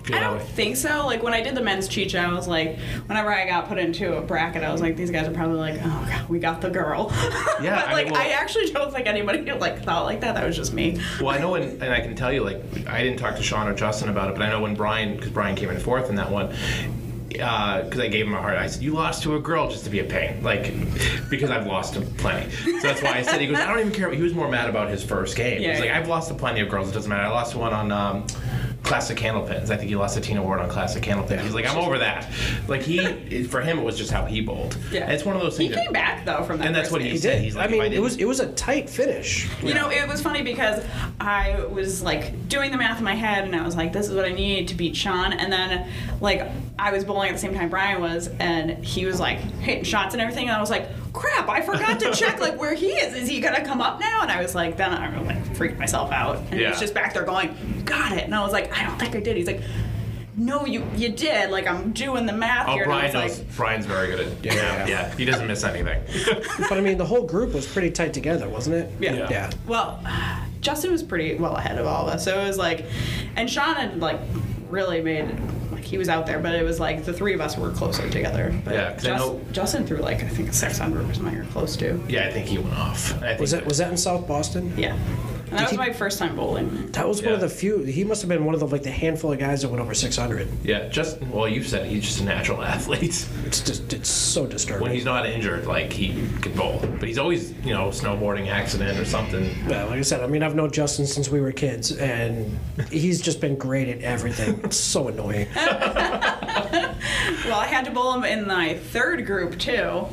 feel Um, I that don't way. think so. Like when I did the men's chicha, I was like, whenever I got put into a bracket, I was like, these guys are probably like, oh god, we got the girl. *laughs* Yeah, but I like mean, well- I actually don't think anybody like thought like that. That was just me. Well, I know, when, and I can tell you, like, I didn't talk to Sean or Justin about it, but I know when Brian, because Brian came in fourth in that one, because I gave him a heart. I said, "You lost to a girl just to be a pain," like, *laughs* because I've lost to plenty. So that's why I said he goes, "I don't even care." He was more mad about his first game. Yeah, He's like, yeah. "I've lost to plenty of girls. It doesn't matter. I lost to one on." Um, Classic Candlepins. I think he lost to Tina Ward on Classic Candlepins. He's like, I'm over that. Like he, for him, it was just how he bowled. Yeah. And it's one of those He things. that- came back though from that. And that's first what game. he He said. did. He's I like, mean, if I it was it was a tight finish. You know, it was funny because I was like doing the math in my head and I was like, this is what I need to beat Sean. And then, like, I was bowling at the same time Brian was, and he was like hitting shots and everything. And I was like, crap, I forgot *laughs* to check, like, where he is. Is he going to come up now? And I was like, then I like freaked myself out. And he Yeah. was just back there going, got it. And I was like, I don't think I did. He's like, no, you you did. Like, I'm doing the math Oh, here. Brian and I knows. was Brian's very good at. Yeah, yeah, He doesn't miss anything. But I mean, the whole group was pretty tight together, wasn't it? Yeah. Yeah. Yeah. Well, *sighs* Justin was pretty well ahead of all of us. So it was like, and Sean had like really made like he was out there, but it was like the three of us were closer together. But Yeah, 'cause I Jus- know- Justin threw like I think a 600 or something you're close to. *laughs* yeah, I think he went off. I think Was that was that in South Boston? Yeah. And that was my first time bowling. That was one of Yeah. the few. He must have been one of the like the handful of guys that went over 600. Yeah, just well, you said he's just a natural *laughs* athlete. It's just it's so disturbing. When he's not injured, like he can bowl, but he's always you know snowboarding accident or something. Yeah, like I said, I mean, I've known Justin since we were kids, and he's just been great at *laughs* everything. It's so annoying. Well, I had to bowl him in my third group too.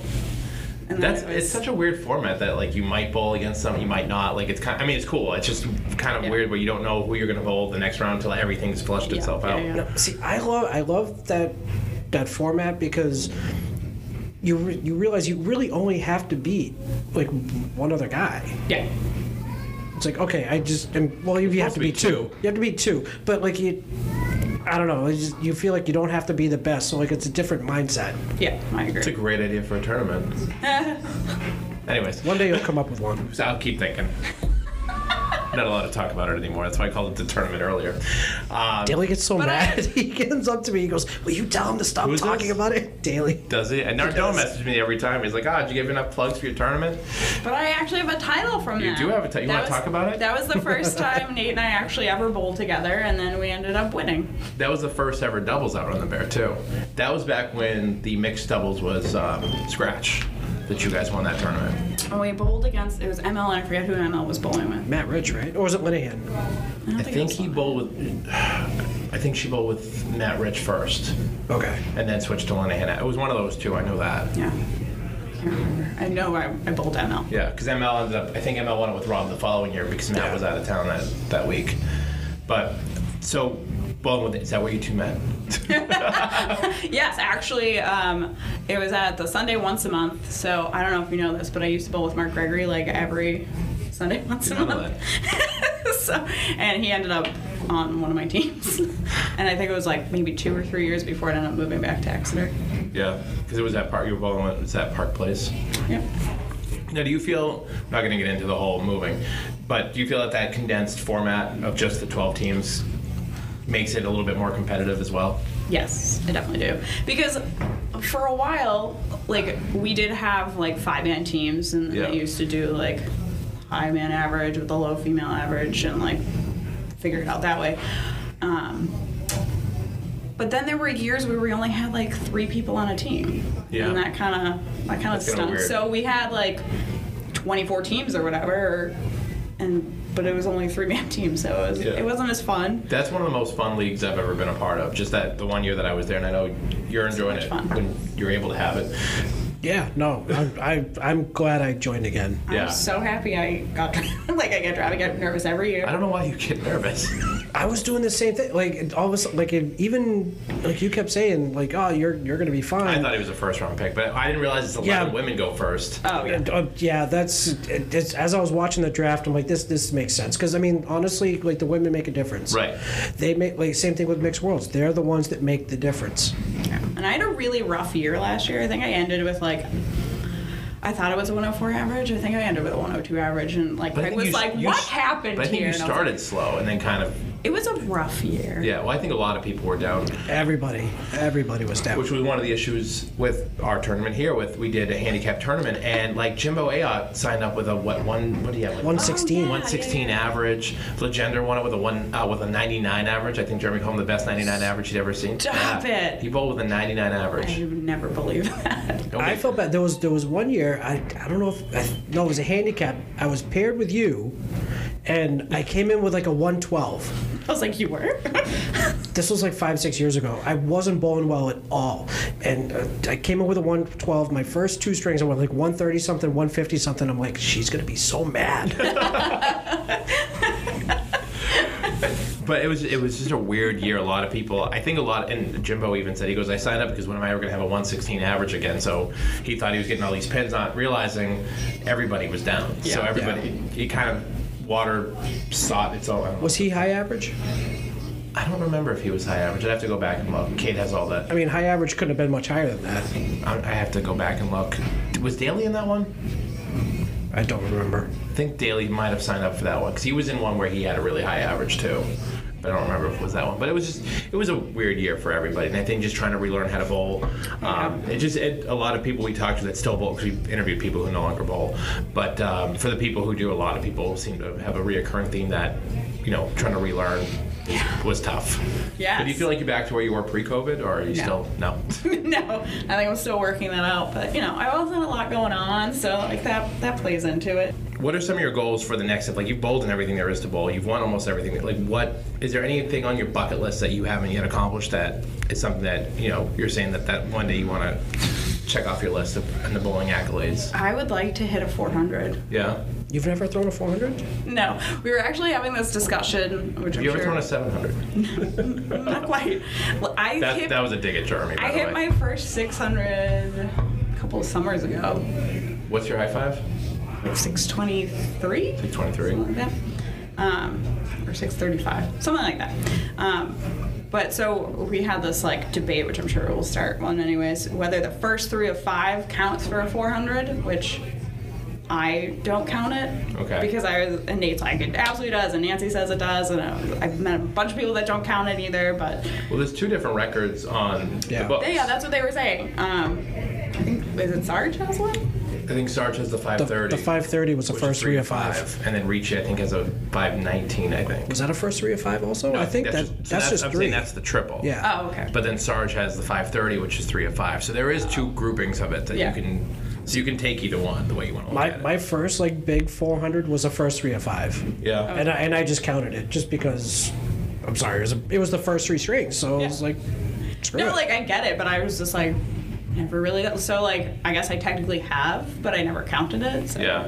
And That's then it was- it's such a weird format that like you might bowl against someone, you might not. Like it's kind. I mean, it's cool. It's just kind of Yeah. weird where you don't know who you're gonna bowl the next round until everything's flushed yeah, itself yeah, out. yeah. No, see, I love I love that that format because you re- you realize you really only have to beat like one other guy. Yeah. It's like okay, I just am, well you, have to be two. You have to be two, but like you, I don't know. It's just, you feel like you don't have to be the best, so like it's a different mindset. Yeah, I agree. It's a great idea for a *laughs* tournament. Anyways, One day you'll come up with one. so I'll keep thinking. Not a lot to talk about it anymore. That's why I called it the tournament earlier. *laughs* Um, Daly gets so But I- mad. *laughs* he comes up to me. He goes, "Will you tell him to stop Who's talking this? about it, Daly?" does he? And Nardone messages me every time. He's like, "Ah, did you give enough plugs for your tournament?" But I actually have a title from You that. do have a ti- you That wanna was- talk about it? That was *laughs* the first time Nate and I actually ever bowled together, and then we ended up winning. That was the first ever doubles out on the bear too. That was back when the mixed doubles was um, scratch. That you guys won that tournament. And we bowled against, it was ML, and I forget who ML was bowling with. Matt Rich, right? Or was it Linehan? I, don't I it think was he Lon. bowled with. I think she bowled with Matt Rich first, Okay. and then switched to Linehan. It was one of those two. I know that. Yeah. Can't remember. I know I, I bowled ML. Yeah, because ML ended up. I think ML won it with Rob the following year because Matt was out of town that, that week. But so, bowling with is that where you two *laughs* met? Yes, actually, um, it was at the Sunday once a month. So I don't know if you know this, but I used to bowl with Mark Gregory like every Sunday *laughs* once a Didn't know month. *laughs* so, and he ended up on one of my teams. *laughs* and I think it was like maybe two or three years before I ended up moving back to Exeter. yeah, because it was that park you were bowling with. It was that Park Place. Yep. Now, do you feel, I'm not going to get into the whole moving, but do you feel that that condensed format of just the 12 teams makes it a little bit more competitive as well? Yes, I definitely do. Because for a while, like we did have like five man teams, and Yeah. they used to do like high man average with a low female average, and like figure it out that way. Um, but then there were years where we only had like three people on a team, Yeah. and that kind of that kind of That's kinda stunk. weird. So we had like 24 teams or whatever, and but it was only three man *laughs* teams, so it, was, Yeah. it wasn't as fun. That's one of the most fun leagues I've ever been a part of. Just that the one year that I was there, and I know you're enjoying much it fun. when you're able to have it. Yeah. No, I, I I'm glad I joined again. Yeah. I'm so happy I got *laughs* like I get I get nervous every year. I don't know why you get nervous. I was doing the same thing. Like it- all of a sudden, like it, even like you kept saying, like, "Oh, you're you're gonna be I fine." thought he was a first round pick, but I didn't realize it's 11 Yeah. women go first. oh yeah. And, uh, yeah, that's it, it's, as I was watching the draft. I'm like, this this makes sense because I mean, honestly, like the women make a difference. Right. They make like same thing with mixed worlds. They're the ones that make the difference. And I had a really rough year last year. I think I ended with like I thought it was a 104 average. I think I ended with a 102 average, and like But I Craig think was you- like, you "What s- happened But I think here?" you And I was started slow and then kind of, like, it was a rough year. yeah, well, I think a lot of people were down. Everybody, everybody was down. which was one of the issues with our tournament here. With we did a handicap tournament, and like Jimbo Ayotte signed up with a what one? What do you have? Like One sixteen. Oh, yeah. one sixteen average. Legender won it with a one uh, with a ninety nine average. I think Jeremy called him the best ninety nine average he'd ever seen. Stop it. He bowled with a ninety nine I average. would never believe *laughs* that. I felt bad. There was there was one year I, I don't know if I, no it was a handicap. I was paired with you, and I came in with like a one twelve. I was like, "You were?" *laughs* This was like five six years ago. I wasn't bowling well at all, and uh, I came in with a one twelve. My first two strings I went like one thirty something, one fifty something. I'm like, she's gonna be so mad. *laughs* But it was it was just a weird year. A lot of people, I think a lot, and Jimbo even said he goes, "I signed up because when am I ever going to have a 116 average again?" So he thought he was getting all these pins, not realizing everybody was down. so Yeah. everybody, he kind of water sought its own. I don't, know. was he high average? I don't remember if he was high average. I'd have to go back and look. Kate has all that. I mean, high average couldn't have been much higher than that. I I have to go back and look. Was Daly in that one? I don't remember. I think Daly might have signed up for that one because he was in one where he had a really high average too. But I don't remember if it was that one. But it was just it was a weird year for everybody, and I think just trying to relearn how to bowl. Um, it just it, a lot of people we talked to that still bowl because we interviewed people who no longer bowl. But um, for the people who do, a lot of people seem to have a reoccurring theme that you know trying to relearn. Was tough. Yes. But do you feel like you're back to where you were pre-COVID, or are you No. still no? no, I think I'm still working that out. But you know, I also had a lot going on, so like that that plays into it. What are some of your goals for the next step? Like you've bowled in everything there is to bowl. You've won almost everything. Like what is there anything on your bucket list that you haven't yet accomplished that is something that you know you're saying that that one day you want to check off your list of and the bowling accolades? I would like to hit a 400. Yeah. You've never thrown a 400? No, we were actually having this discussion. Which Have you I'm ever sure thrown a 700? *laughs* Not quite. Well, I That, *laughs* hit, that was a dig at Jeremy. By I the hit way. my first 600 a couple of summers ago. What's your high five? 623? Like 23. something like that, um, or 635, something like that. Um, but so we had this like debate, which I'm sure will start one anyways, whether the first three of five counts for a 400, which I don't count it Okay. because I was, and Nate's like it absolutely does, and Nancy says it does, and I, I've met a bunch of people that don't count it either, but Well, there's two different records on Yeah. the books. yeah, that's what they were saying. Um, I think is it Sarge has one? I think Sarge has the The, 530. the 530 was the which is first three of to five. And then Ricci, I think, has a 519, I think. Was that a first three of five also? I think that, just, that's, so just I'm three. Saying that's the triple. yeah. Oh, okay. But then Sarge has the 530, which is three of five. So there is two groupings of it that Yeah. you can, so you can take either one the way you want to look My, at it. my first like big 400 was a first three of five, yeah. and I, and I just counted it just because. I'm sorry, it was, a, it was the first three strings, so it was Yeah. like, screw No, it. like I get it, but I was just like, never really. So like, I guess I technically have, but I never counted it. So. Yeah.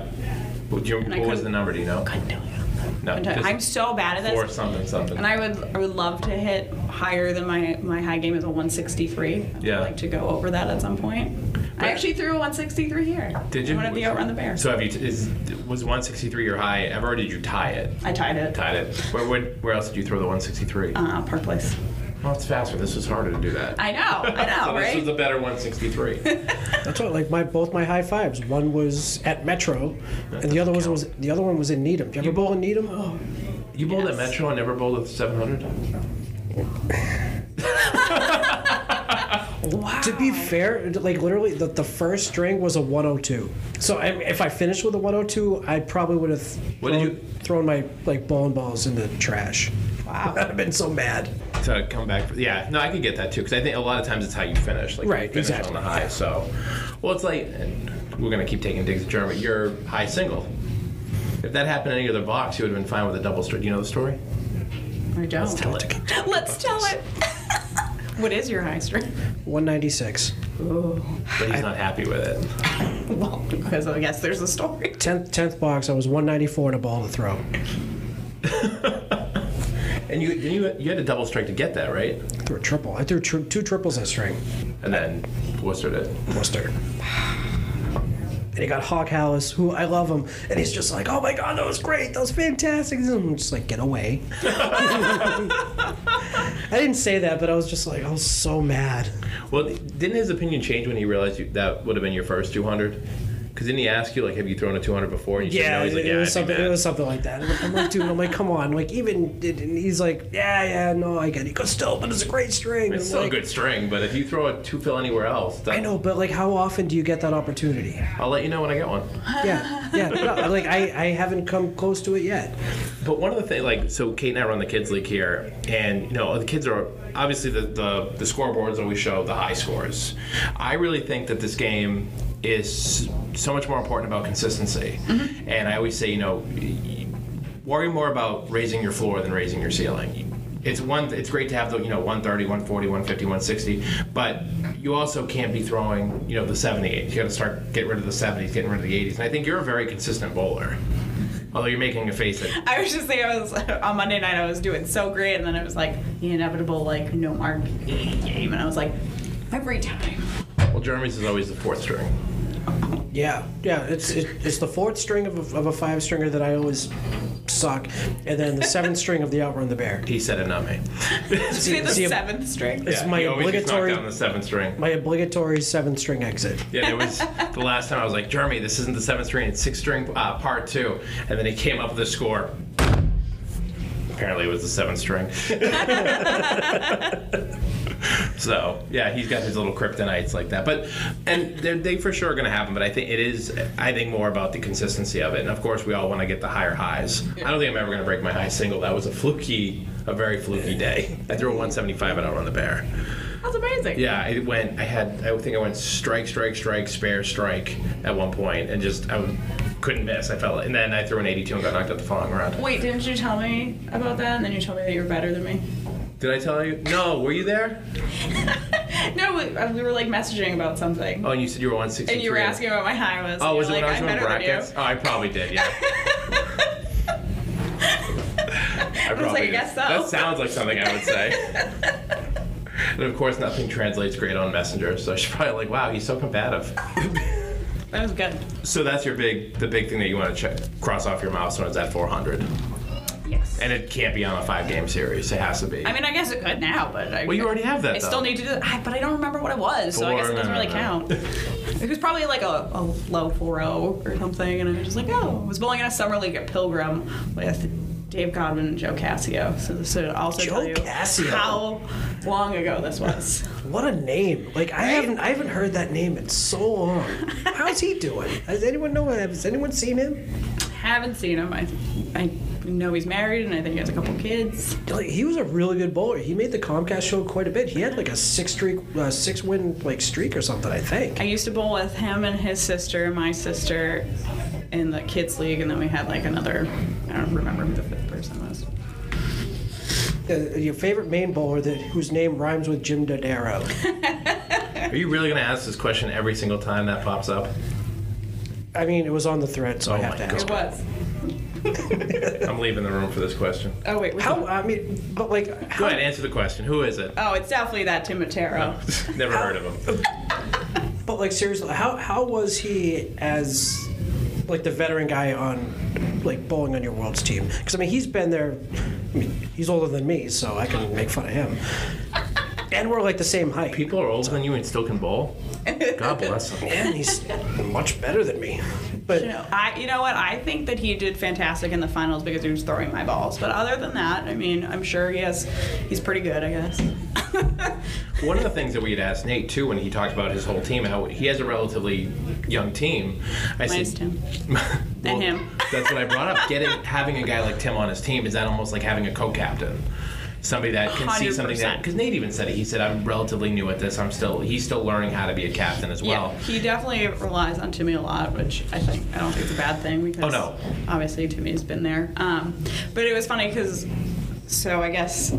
What, do you, I what was the couldn't- number? Do you know? Couldn't do it. No. Couldn't do it. Uh, just uh, I'm so bad at this. Four something something. And I would, I would love to hit higher than my my high game is a 163. I'd Yeah. like to go over that at some point. I actually threw a 163 here. did you? I wanted to outrun the bear. So have you? T- is was 163 your high ever? Or did you tie it? I tied it. Tied it. Where where, where else did you throw the 163? Uh, Park Place. well, it's faster. This was harder to do that. I know. I *laughs* know. so right. This was a better 163. *laughs* That's what, like my both my high fives. One was at Metro, and the other was, was the other one was in Needham. Did you ever bowl in Needham? Oh, you bowled at Yes. Metro and never bowled at 700. wow. To be fair, like literally, the, the first string was a 102. So I, if I finished with a 102, I probably would have What thrown, did you- thrown my like bowling balls in the trash. *laughs* I'd wow. have been so mad. To come back. For, yeah. No, I could get that too because I think a lot of times it's how you finish. Like you Right, Finish exactly. On the high. So, well, it's like, and we're gonna keep taking digs at Jeremy. You're high single. If that happened in any other box, you would have been fine with a double straight. You know the story? I don't. Let's tell it. Let's tell it. *laughs* what is your high string? 196. But he's not happy with it. *laughs* Well, because I guess there's a story. *laughs* Tenth tenth box, I was 194 and a ball to throw. And you, you you had a double strike to get that right, Threw a triple. I threw tri- two triples that string. and then Worcester did. Mustard. And he got Hawk Hallis, who I love him, and he's just like, "Oh my God, that was great! That was fantastic!" And I'm just like, "Get away!" *laughs* I didn't say that, but I was just like, I was so mad. Well, didn't his opinion change when he realized you, that would have been your first 200? Because didn't he ask you like, have you thrown a 200 before? And you said Yeah, no. He's it, like, it yeah, was I'd be something. It mad." was something like that. I'm like, dude, I'm like, come on, like even. And he's like, yeah, yeah, no, I get it. He goes, still, but it's a great string. It's I'm still like, a good string, but if you throw a two fill anywhere else, that, I know, but like, how often do you get that opportunity? I'll let you know when I get one. Yeah, yeah. No, like, I, I haven't come close to it yet. But one of the things, like, so Kate and I run the kids league here, and you know, the kids are obviously the the, the scoreboards always show the high scores. I really think that this game is so much more important about consistency, and I always say, you know, y- worry more about raising your floor than raising your ceiling. It's one. It's great to have the you know 130, 140, 150, 160, but you also can't be throwing you know the 78. You got to start getting rid of the 70s, getting rid of the 80s. And I think you're a very consistent bowler, although you're making a face at I was just saying, I was on Monday night. I was doing so great, and then it was like the inevitable, like no mark game, and I was like, every time. Well, Jeremy's is always the fourth string. Yeah, yeah. It's it, it's the fourth string of a, of a five stringer that I always suck, and then the seventh string of the outrun the bear. He said it, not me. See, the see a- seventh string. It's my he always gets knocked obligatory down the seventh string. my obligatory seventh string exit. Yeah, it was the last time I was like, Jeremy, this isn't the seventh string. It's sixth string, uh, part two. And then he came up with a score. Apparently, it was the seventh string. *laughs* so yeah, he's got his little kryptonites like that. But and they're- they for sure are going to happen. But I think it is. I think more about the consistency of it. And of course, we all want to get the higher highs. I don't think I'm ever going to break my high single. That was a fluky, a very fluky day. I threw a 175 and out on the bear. That's amazing. Yeah, it went. I had. I think I went strike, strike, strike, spare, strike at one point, and just I couldn't miss. I felt, it. and then I threw an 82 and got knocked out the following round. Wait, didn't you tell me about that? And then you told me that you were better than me. Did I tell you? No. Were you there? No, we, uh, we were like messaging about something. Oh, and you said you were on 63. and you were asking what my high was. Oh, and was it you're when I like, was doing I'm better than brackets? you. Oh, I probably did, *laughs* yeah. I, was like, probably I did. guess so. That sounds like something I would *laughs* say. and of course, nothing translates great on Messenger, so she's *laughs* probably like, wow, he's so combative. That was good. So that's your big, the big thing that you want to check, cross off your milestone is that 400. Yes. And it can't be on a five game series, it has to be. I mean, I guess it could now, but I. well, you already have that, I though. oh. still need to do that, I- but I don't remember what it was, so I guess it doesn't *laughs* really count. it was probably like a, a low 4-0 or something, and I was just like, oh, I was bowling in a summer league at Pilgrim with Dave Godwin and Joe Cassio. So this should also Joe tell you Cassio. how long ago *laughs* this was. What a name! Like I haven't I haven't heard that name in so long. How's he doing? Does anyone know? Has anyone seen him? Haven't seen him. I I know he's married, and I think he has a couple kids. Like, he was a really good bowler. He made the Comcast show quite a bit. He had like a six streak, uh, six win like streak or something. I think. I used to bowl with him and his sister, my sister, in the kids league, and then we had like another. I don't remember who the fifth person was. Uh, your favorite main bowler that whose name rhymes with Jim Dodaro. Are you really going to ask this question every single time that pops up? I mean, it was on the thread, so I Oh have my to ask. God. It was. I'm leaving the room for this question. Oh wait. Was it- How I mean, but like, Go how, ahead, answer the question. Who is *laughs* it? Oh, it's definitely that Tim Matero. Never heard of him. but like seriously, how how was he as like the veteran guy on like bowling on your world's team? Because I mean, he's been there. I mean, he's older than me, so I can make fun of him. And we're like the same height. People are older than you and still can bowl. God bless them. and he's much better than me. But You know, I, you know what? I think that he did fantastic in the finals because he was throwing my balls. But other than that, I mean, I'm sure he has, he's pretty good, I guess. *laughs* One of the things that we had asked Nate too when he talked about his whole team, how he has a relatively young team. I *laughs* Minus Tim. Well, him. that's what I brought up. Getting having a guy like Tim on his team is that almost like having a co-captain, somebody that can see something that. 100%. Because Nate even said it. He said, "I'm relatively new at this. I'm still. He's still learning how to be a captain as well." yeah, he definitely relies on Timmy a lot, which I think I don't think it's a bad thing because Oh, no. obviously Timmy's been there. Um, but it was funny because, so I guess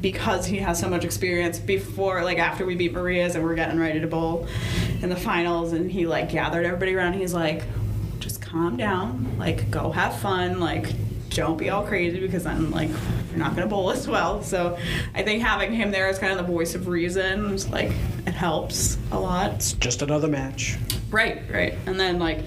because he has so much experience before like after we beat maria's and we're getting ready to bowl in the finals and he like gathered everybody around he's like just calm down like go have fun like don't be all crazy because then like you're not gonna bowl as well so i think having him there as kind of the voice of reason is like it helps a lot it's just another match. Right, right. And then like,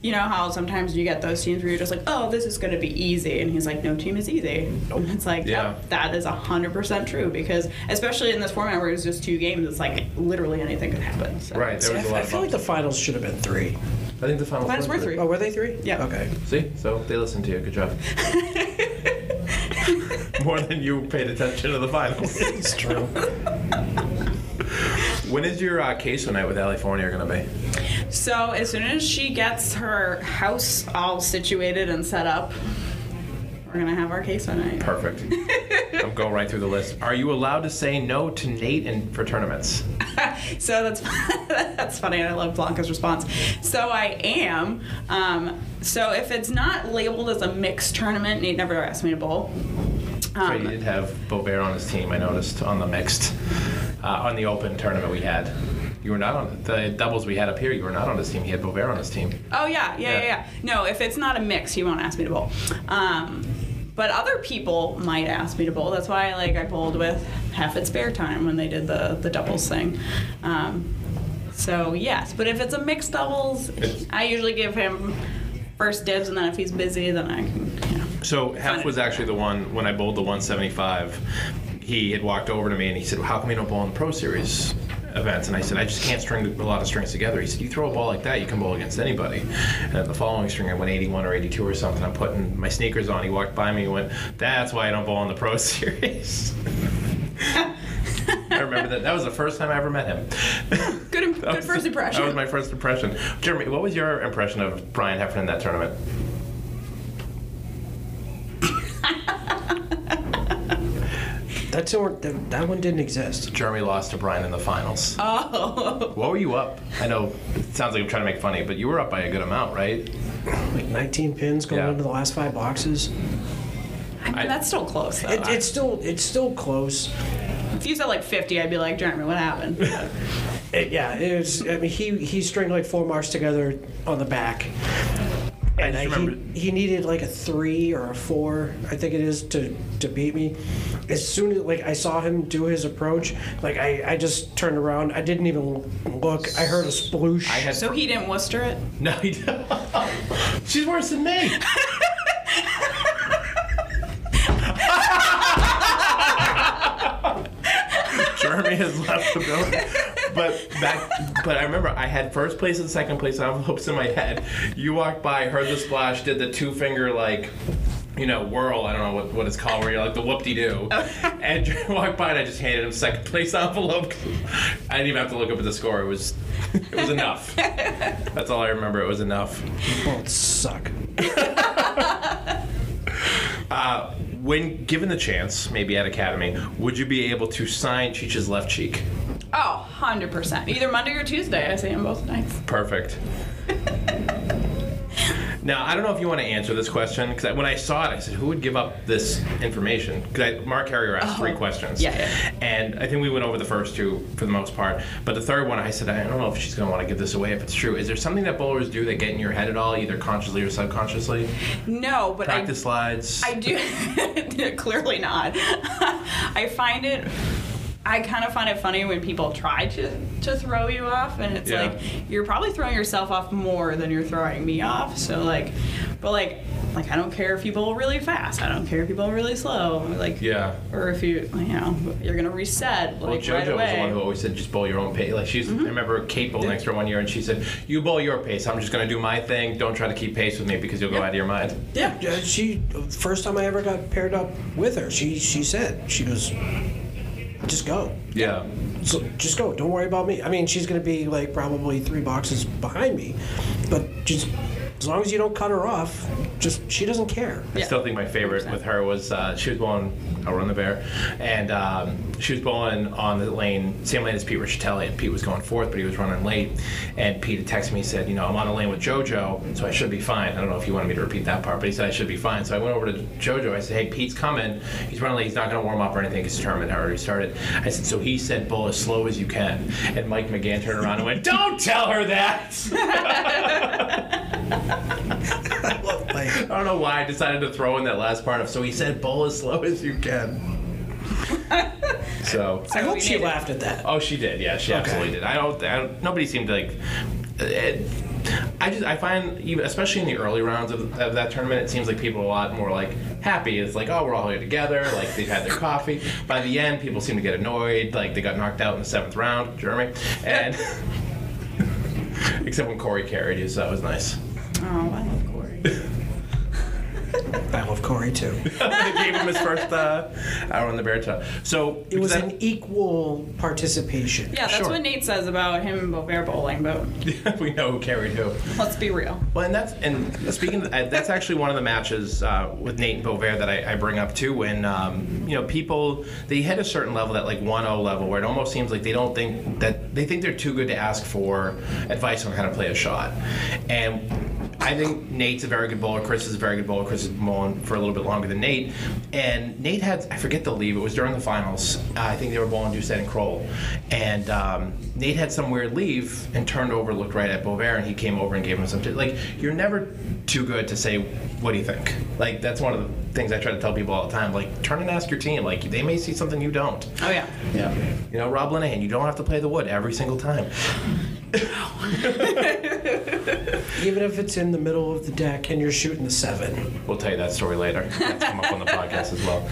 you know how sometimes you get those teams where you're just like, oh, this is going to be easy, and he's like, no team is easy. And it's like, Yeah. yep, that is hundred percent true because especially in this format where it's just two games, it's like literally anything could happen. So. Right. There I, was a lot I of. feel like the ups. finals should have been three. I think the final. Finals were three. Oh, were they three? Yeah. Okay. See, so they listened to you. *laughs* Good job. More than you paid attention to the finals. *laughs* It's true. When is your uh, queso night with Ali Fournier going to be? So as soon as she gets her house all situated and set up, we're gonna have our case on night. *laughs* Perfect. I'm going right through the list. Are you allowed to say no to Nate in, for tournaments? so that's *laughs* that's funny. and I love Blanca's response. So I am. Um, so if it's not labeled as a mixed tournament, Nate never asked me to bowl. So you Um, did have Bovair on his team, I noticed, on the mixed, uh, on the open tournament we had. You were not on the doubles we had up here. You were not on his team. He had Bovair on his team. oh yeah, yeah, yeah, yeah. No, if it's not a mix, he won't ask me to bowl. Um, but other people might ask me to bowl. That's why like I bowled with half at spare time when they did the the doubles thing. Um, so yes, but if it's a mixed doubles, I usually give him first dibs, and then if he's busy, then I can. You know. So Hef was actually the one when I bowled the 175. He had walked over to me and he said, "How come you don't bowl in the Pro Series events?" And I said, "I just can't string a lot of strings together." He said, "You throw a ball like that, you can bowl against anybody." And then the following string, I went 81 or 82 or something. I'm putting my sneakers on. He walked by me and went, "That's why I don't bowl in the Pro *laughs* Series." I remember that. That was the first time I ever met him. Good, That good was- first impression. That was my first impression. Jeremy, what was your impression of Brian Heffernan in that tournament? That's the one- that, that one didn't exist. Jeremy lost to Brian in the finals. Oh, What were you up? I know it sounds like I'm trying to make funny, but you were up by a good amount, right? Like 19 pins going Yeah. into the last five boxes. I mean, that's still close though. It, it's still it's still close. If you said like 50, I'd be like, Jeremy, what happened? *laughs* It- Uh, yeah, it was. I mean, he he stringed like four marks together on the back, and I remember- he, he needed like a three or a four, I think it is, to to beat me. As soon as like I saw him do his approach, like I I just turned around. I didn't even look. I heard a sploosh. I had so he didn't Worcester it. *laughs* no. he didn't. She's worse than me. *laughs* Jeremy has left the building. But back, but I remember I had first place and second place envelopes in my head. You walked by, heard the splash, did the two finger like, you know, whirl. I don't know what, what it's called, where you're like the whoop de doo. and Jeremy walked by, and I just handed him second place *laughs* envelope. I didn't even have to look up at the score. It was, it was enough. That's all I remember. It was enough. Both suck. When given the chance, maybe at Academy, would you be able to sign Cheech's left cheek? Oh, 100%. Either Monday or Tuesday. I see him both nights. *laughs* Perfect. now, I don't know if you want to answer this question because when I saw it, I said, "Who would give up this information?" Because Mark Harrier asked three questions, Uh-huh. yeah, yeah. and I think we went over the first two for the most part. But the third one, I said, "I don't know if she's going to want to give this away if it's true." Is there something that bowlers do that get in your head at all, either consciously or subconsciously? No, but I Practice slides. I do. *laughs* Clearly not. I find it. I kind of find it funny when people try to to throw you off, and it's Yeah. like you're probably throwing yourself off more than you're throwing me off. So like, but like, like I don't care if you bowl really fast. I don't care if you bowl really slow. Like Yeah. or if you you know you're gonna reset Well, like JoJo right was the one away. Mm-hmm. who always said, "Just bowl your own pace." Like she's, I remember Kate bowled next to her one year, and she said, "You bowl your pace. I'm just going to do my thing. Don't try to keep pace with me because you'll go out of your mind." Yeah, uh, she. First time I ever got paired up with her, she she said she goes, just go. Yeah. So just go. Don't worry about me. I mean, she's gonna be like probably three boxes behind me, but just as long as you don't cut her off, just she doesn't care. I Yeah. still think my favorite with her was uh, she was bowling. I'll run the bear, and um, she was bowling on the lane, same lane as Pete Riccitelli, and Pete was going fourth, but he was running late. And Pete had texted me, said, "You know, I'm on the lane with JoJo, so I should be fine." I don't know if you wanted me to repeat that part, but he said I should be fine. So I went over to JoJo. I said, "Hey, Pete's coming. He's running late. He's not going to warm up or anything. His tournament had already started." I said, "So he said, bowl as slow as you can." And Mike McGann turned around and went, "Don't tell her that." *laughs* Like, *laughs* I don't know why I decided to throw in that last part of so he said bowl as slow as you can. so I hope we she made it. laughed at that. oh she did yeah she absolutely did I don't, I don't nobody seemed to like it, I just I find even especially in the early rounds of, of that tournament it seems like people are a lot more like happy it's like oh we're all here together like they've had their coffee by the end people seem to get annoyed like they got knocked out in the seventh round Jeremy and *laughs* except when Corey carried you so that was nice Oh, I love *laughs* Corey. Oh. I love Corey *laughs* too. they gave him his first uh, hour on the bear tub. So It was that- an equal participation. Yeah, that's Sure. what Nate says about him and bear bowling. But *laughs* we know who carried who. let's be real. Well, and that's and speaking of, that, that's actually one of the matches uh, with Nate and Beauvais that I, I bring up too. When um, you know people they hit a certain level, that like 1-0 level, where it almost seems like they don't think that they think they're too good to ask for advice on how to play a shot, and. I think Nate's a very good bowler. Chris is a very good bowler. Chris has been bowling for a little bit longer than Nate. And Nate had, I forget the leave, it was during the finals. Uh, I think they were bowling Doucette and Kroll. And um, Nate had some weird leave and turned over, looked right at Bovair, and he came over and gave him some. T- like, you're never too good to say, what do you think? Like, that's one of the things I try to tell people all the time. Like, turn and ask your team. Like, they may see something you don't. Oh yeah. Yeah. You know, Rob Linehan, you don't have to play the wood every single time. Even if it's in the middle of the deck and you're shooting the seven. We'll tell you that story *laughs* later. That's come up on the podcast as well.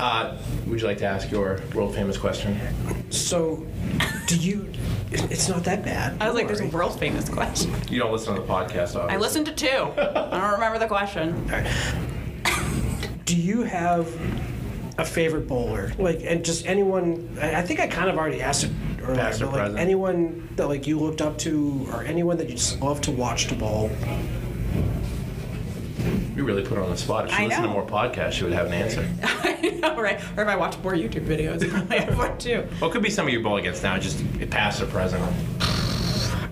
Uh, would you like to ask your world famous question? So, do you? It's not that bad. I was like, Don't there's a worry. world famous question. You don't listen to the podcast, obviously. I listened to two. I don't remember the question. *laughs* Do you have a favorite bowler? Like, and just anyone? I I think I kind of already asked it earlier. Past or but, like, present? anyone that like you looked up to, or anyone that you just love to watch to bowl? You really put her on the spot. If she I listened know. to more podcasts, she would have an *laughs* answer. I know, right? Or if I watch more YouTube videos, *laughs* probably I would too. What could be some of you bowl against now? Just past or present?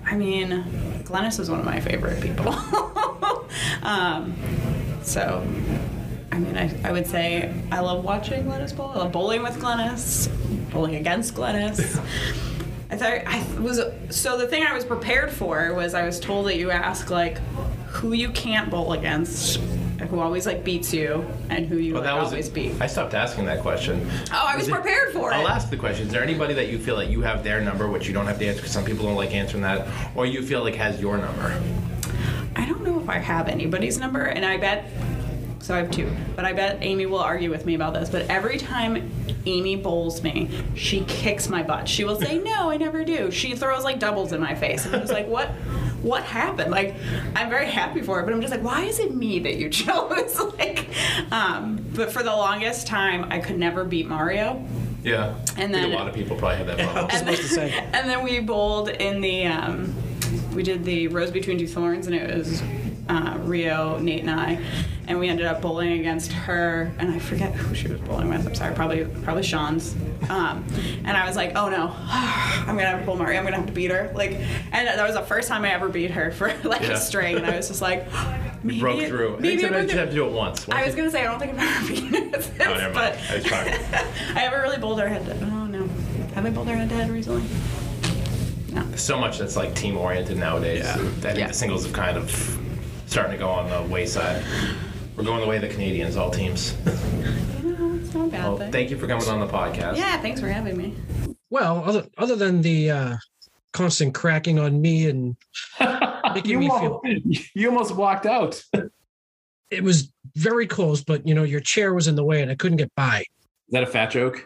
I mean, Glennis is one of my favorite people. *laughs* um, so, I mean, I, I would say I love watching Glennis bowl. I love bowling with Glennis. bowling against *laughs* Glennis. I thought I was so the thing I was prepared for was I was told that you ask like who you can't bowl against, who always like beats you, and who you But like, that was always beat. I stopped asking that question. Oh, I was Is it- prepared for I'll it. ask the question. Is there anybody that you feel like you have their number, which you don't have to answer because some people don't like answering that, or you feel like has your number? I don't know if I have anybody's number, and I bet. So I have two, but I bet Amy will argue with me about this. But every time Amy bowls me, she kicks my butt. She will say, "No, I never do." She throws like doubles in my face, and I was like, "What? What happened?" Like, I'm very happy for it, but I'm just like, "Why is it me that you chose?" *laughs* like, um, but for the longest time, I could never beat Mario. Yeah. And I then- think a lot of people probably *laughs* have that I problem. was supposed to say. And then we bowled in the, um, we did the Rose Between Two Thorns, and it was uh, Rio, Nate, and I. And we ended up bowling against her, and I forget who she was bowling with. I'm sorry, probably probably Sean's. Um, and I was like, oh no, *sighs* I'm gonna have to bowl Mario. I'm gonna have to beat her. Like, and that was the first time I ever beat her for *laughs* like Yeah. a straight. And I was *laughs* just like, maybe, Broke through. I think Maybe I sometimes broke you have to through. do it once. once I was you- gonna say I don't think I've ever *laughs* beaten her since, Oh, never mind. but I was trying. *laughs* I haven't really bowled her head to Oh no. Have I bowled her head to head recently? No. so much that's like team oriented nowadays. I think Yeah. the singles have kind of starting to go on the wayside. We're going the way of the Canadians, all teams. No, it's not a bad well, thing. thank you for coming on the podcast. yeah, thanks for having me. Well, other, other than the uh, constant cracking on me, and Making you, me almost, *laughs* you almost walked out. Is it was very close, but you know, your chair was in the way and I couldn't get by. that a fat *laughs* joke?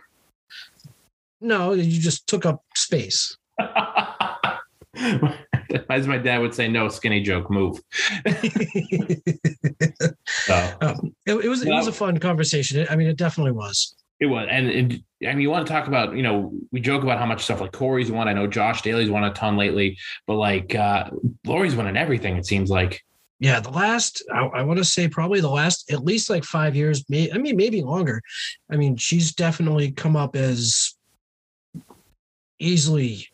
No, you just took up space. *laughs* As my dad would say, no skinny joke, move. so Um, it, it was it was a fun conversation. I mean, it definitely was. it was, and, and I mean, you want to talk about, you know, we joke about how much stuff like Corey's won. I know Josh Daly's won a ton lately, but like uh, Lori's winning everything. It seems like Yeah, the last I, I want to say probably the last at least like five years. May, I mean, maybe longer. I mean, she's definitely come up as easily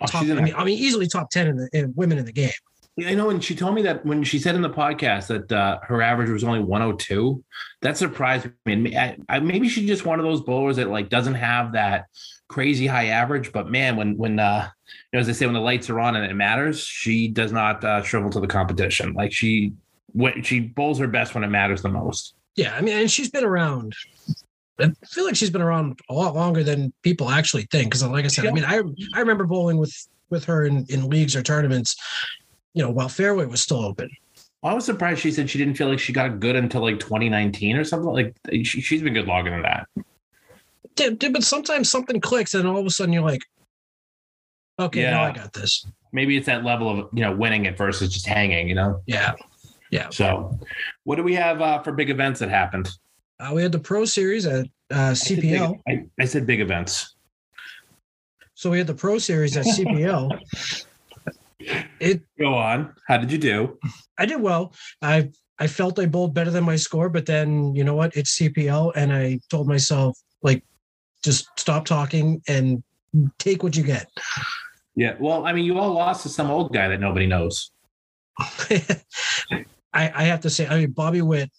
Oh, top. she's in I mean, I mean, easily top ten in the in women in the game. Yeah, I know, and she told me that when she said in the podcast that uh, her average was only 102, that surprised me. And I, I, maybe she's just one of those bowlers that like doesn't have that crazy high average. But man, when when uh, you know, as I say, when the lights are on and it matters, she does not uh, shrivel to the competition. Like she, what she bowls her best when it matters the most. Yeah, I mean, and she's been around. I feel like she's been around a lot longer than people actually think. Because, like I said, I mean, I I remember bowling with with her in in leagues or tournaments. You know, while fairway was still open. I was surprised she said she didn't feel like she got good until like 2019 or something. Like she, she's been good longer than that. Did- did- But sometimes something clicks, and all of a sudden you're like, okay, now I Yeah. got this. Maybe it's that level of you know winning it versus just hanging. You know. Yeah. So, what do we have uh, for big events that happened? Uh, we had the Pro Series at uh, I said big- CPL. I, I said big events. So we had the Pro Series at CPL. It Go on. How did you do? I did well. I I felt I bowled better than my score, but then you know what? It's CPL, and I told myself like, just stop talking and take what you get. *laughs* Yeah. Well, I mean, you all lost to some old guy that nobody knows. *laughs* I I have to say, I mean, Bobby Witt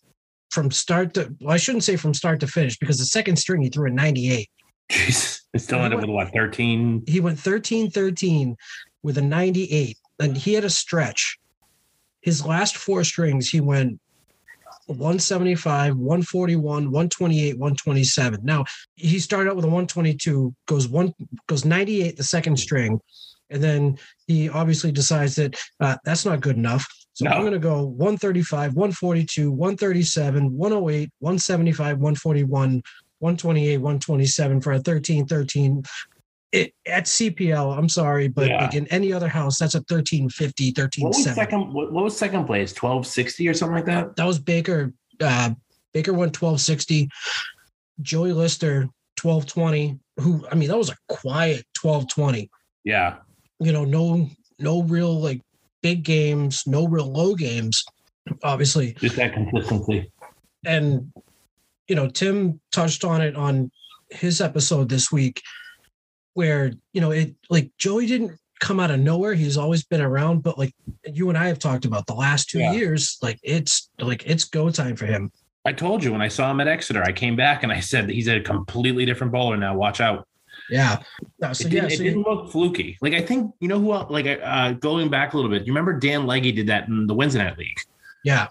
from start to well, I shouldn't say from start to finish because the second string he threw a 98. Jeez. It still ended with what, 13? He went 13-13 with a 98, and he had a stretch. His last four strings, he went 175, 141, 128, 127. Now he started out with a 122, goes one goes 98 the second string, and then he obviously decides that uh, that's not good enough. So No. I'm going to go 135, 142, 137, 108, 175, 141, 128, 127 for a 13, 13. It, at CPL, I'm sorry, but Yeah. like in any other house, that's a 1350, What was 1370. second? What, what was second place? 1260 or something like that? That was Baker. Uh, Baker went twelve sixty. Joey Lister twelve twenty. Who I mean, that was a quiet twelve twenty. Yeah. You know, no no real like big games, no real low games, obviously. Just that consistency. And you know, Tim touched on it on his episode this week, where you know it like Joey didn't come out of nowhere. He's always been around, but like you and I have talked about the last two Yeah. years, like it's like it's go time for him. I told you when I saw him at Exeter, I came back and I said that he's a completely different bowler now. Watch out. Yeah. No, so it, yeah, didn't, so it you- didn't look fluky. Like I think you know who else, like uh, going back a little bit. You remember Dan Leggy did that in the Wednesday night league. yeah.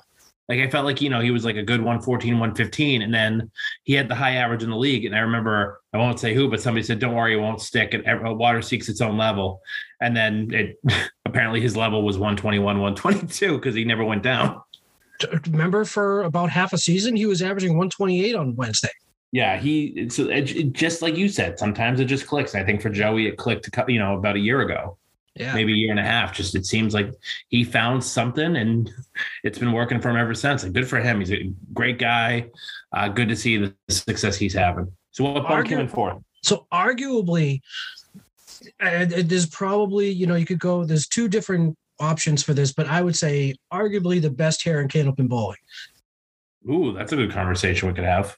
Like I felt like you know he was like a good 114, 115, and then he had the high average in the league. And I remember I won't say who, but somebody said, "Don't worry, it won't stick." And every- water seeks its own level. And then it *laughs* apparently his level was 121, 122 because he never went down. Remember for about half a season, he was averaging 128 on Wednesday. Yeah, he so it, it- just like you said, sometimes it just clicks. I think for Joey, it clicked, a cou- you know, about a year ago, Yeah. maybe a year and a half. Just it seems like he found something, and *laughs* it's been working for him ever since. And good for him. He's a great guy. Uh, good to see the success he's having. So what bumped him in fourth? So arguably, and and there's probably you know you could go. There's two different options for this, but I would say arguably the best hair in Candlepin bowling. Ooh, that's a good conversation we could have.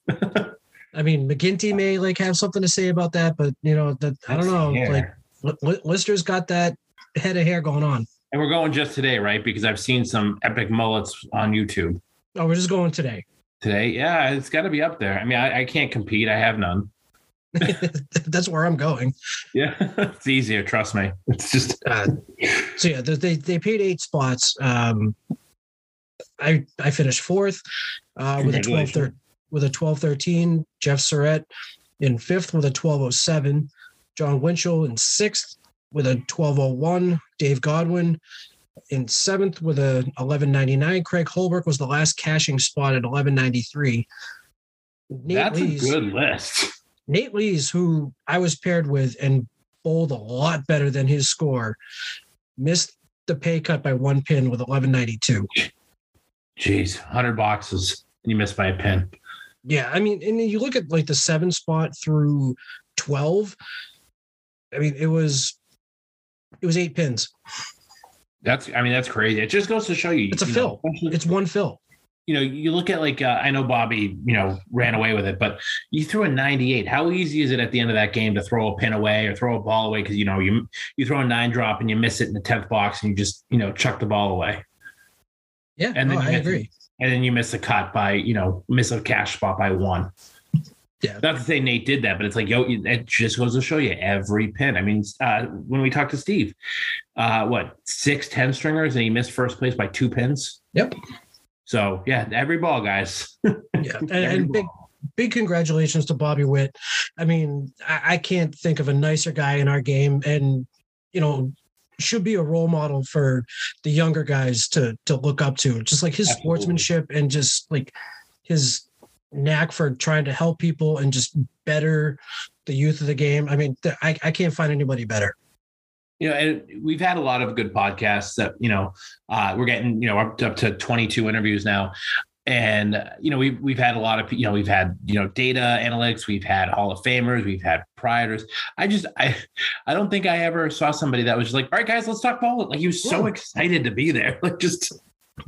I mean, McGinty may like have something to say about that, but you know that I don't know. Yeah. Like L- L- Lister's got that head of hair going on. and we're going just today, right? Because I've seen some epic mullets on YouTube Oh, we're just going today. *laughs* today. Yeah, it's got to be up there. I mean, I, I can't compete. I have none. *laughs* That's where I'm going. Yeah, it's easier. Trust me. It's just Uh, so yeah, they- they they paid eight spots. Um, I I finished fourth uh, with a 12 Congratulations. with a 12-13. Jeff Surratt in fifth with a 1207. John Winchell in sixth with a 1201. Dave Godwin in seventh with a 1199. Craig Holbrook was the last cashing spot at 1193. Nate *laughs* that's Lees- a good list. Nate Lees, who I was paired with and bowled a lot better than his score, missed the pay cut by one pin with 1192. Jeez, 100 boxes. and You missed by a pin. Yeah, I mean, and you look at like the seven spot through 12. I mean, it was it was eight pins. That's, I mean, that's crazy. It just goes to show you. It's a you fill. Know, especially- It's one fill. you know, you look at like, uh, I know Bobby, you know, ran away with it, but you threw a 98. How easy is it at the end of that game to throw a pin away or throw a ball away? Cause, you know, you you throw a nine drop and you miss it in the 10th box and you just, you know, chuck the ball away. Yeah, And no, I then you get- agree. And then you miss a cut by, you know, miss a cash spot by one. Yeah. Not to say Nate did that, but it's like, yo, it just goes to show you every pin. I mean, uh, when we talked to Steve, uh, what, six 10 stringers and he missed first place by two pins? Yep. So, yeah, every ball, guys. Yeah. *laughs* And, Every and big ball. big congratulations to Bobby Witt. I mean, I, I can't think of a nicer guy in our game, and you know, should be a role model for the younger guys to to look up to. Just like his Absolutely. sportsmanship and just like his knack for trying to help people and just better the youth of the game. I mean, th- I, I can't find anybody better. You know, and we've had a lot of good podcasts that, you know, uh, we're getting, you know, up to, up to 22 interviews now. And, uh, you know, we've, we've had a lot of, you know, we've had, you know, data analytics, we've had Hall of Famers, we've had proprietors. I just, I, I don't think I ever saw somebody that was just like, all right, guys, let's talk ball. Like he was so Yeah. excited to be there. *laughs* Like just,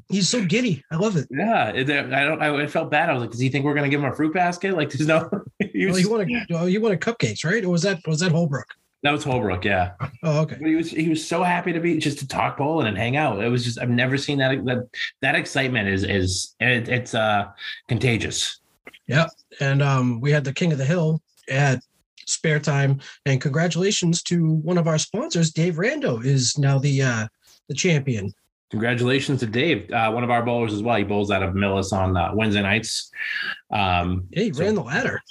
He's so giddy. I love it. yeah, it- I don't, I it felt bad. I was like, does he think we're going to give him a fruit basket? Like there's no, *laughs* he Well, Oh, was, you want to you want to cupcakes, right? Or was that was that Holbrook? that was Holbrook. Yeah. Oh, okay. But he was he was so happy to be just to talk bowling and hang out. It was just I've never seen that that that excitement is is it, it's uh contagious. and um, we had the King of the Hill at spare time. And congratulations to one of our sponsors, Dave Rando, is now the uh, the champion. Congratulations to Dave, uh, one of our bowlers as well. He bowls out of Millis on uh, Wednesday nights. Um, Yeah, he So- ran the ladder.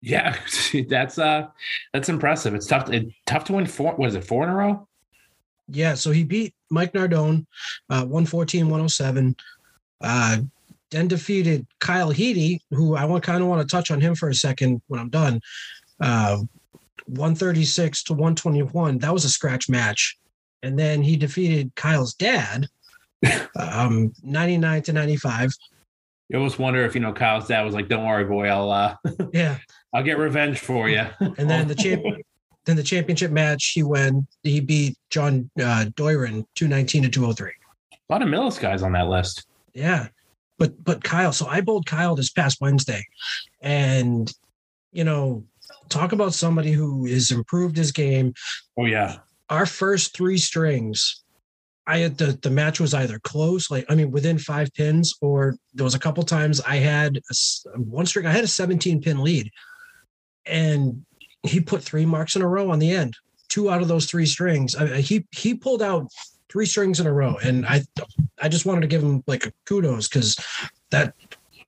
yeah, *laughs* that's uh that's impressive. It's tough it, tough to win four. Was it four in a row? Yeah, so he beat Mike Nardone, uh, 114-107. Uh, then defeated Kyle Heady, who I want kind of want to touch on him for a second when I'm done. Uh, 136 to 121. That was a scratch match. And then he defeated Kyle's dad, um, 99 to 95. You almost wonder if you know Kyle's dad was like, "Don't worry, boy, I'll uh, Yeah. I'll get revenge for *laughs* you." And then the champ, then the championship match, he won. He beat John uh, Doiron two nineteen to two hundred three. A lot of Millis guys on that list. Yeah, but but Kyle. So I bowled Kyle this past Wednesday, and you know, talk about somebody who has improved his game. Oh yeah, Our first three strings I had the the match was either close, like I mean, within five pins, or there was a couple times I had a s one streak. I had a 17 pin lead, and he put three marks in a row on the end. Two out of those three strings, I, I- he he pulled out three strings in a row, and I I just wanted to give him like a kudos because that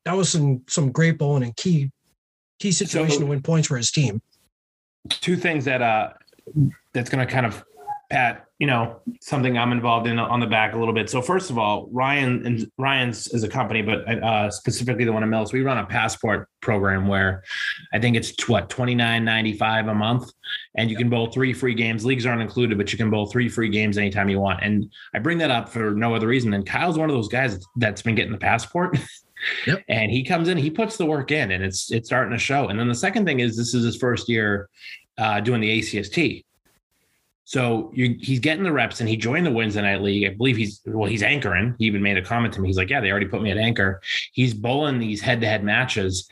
that was some some great bowling and key key situation to win points for his team. two things that uh that's going to kind of pat you know something i'm involved in on the back a little bit so first of all ryan and ryan's is a company but uh specifically the one in mills we run a passport program where i think it's t- what 29.95 a month and you can bowl three free games leagues aren't included but you can bowl three free games anytime you want and i bring that up for no other reason and kyle's one of those guys that's been getting the passport *laughs* Yep. and he comes in he puts the work in and it's it's starting to show and then the second thing is this is his first year uh, doing the ACST. So you, he's getting the reps and he joined the Wednesday Night League. I believe he's, well, he's anchoring. He even made a comment to me. He's like, yeah, they already put me at anchor. He's bowling these head to head matches.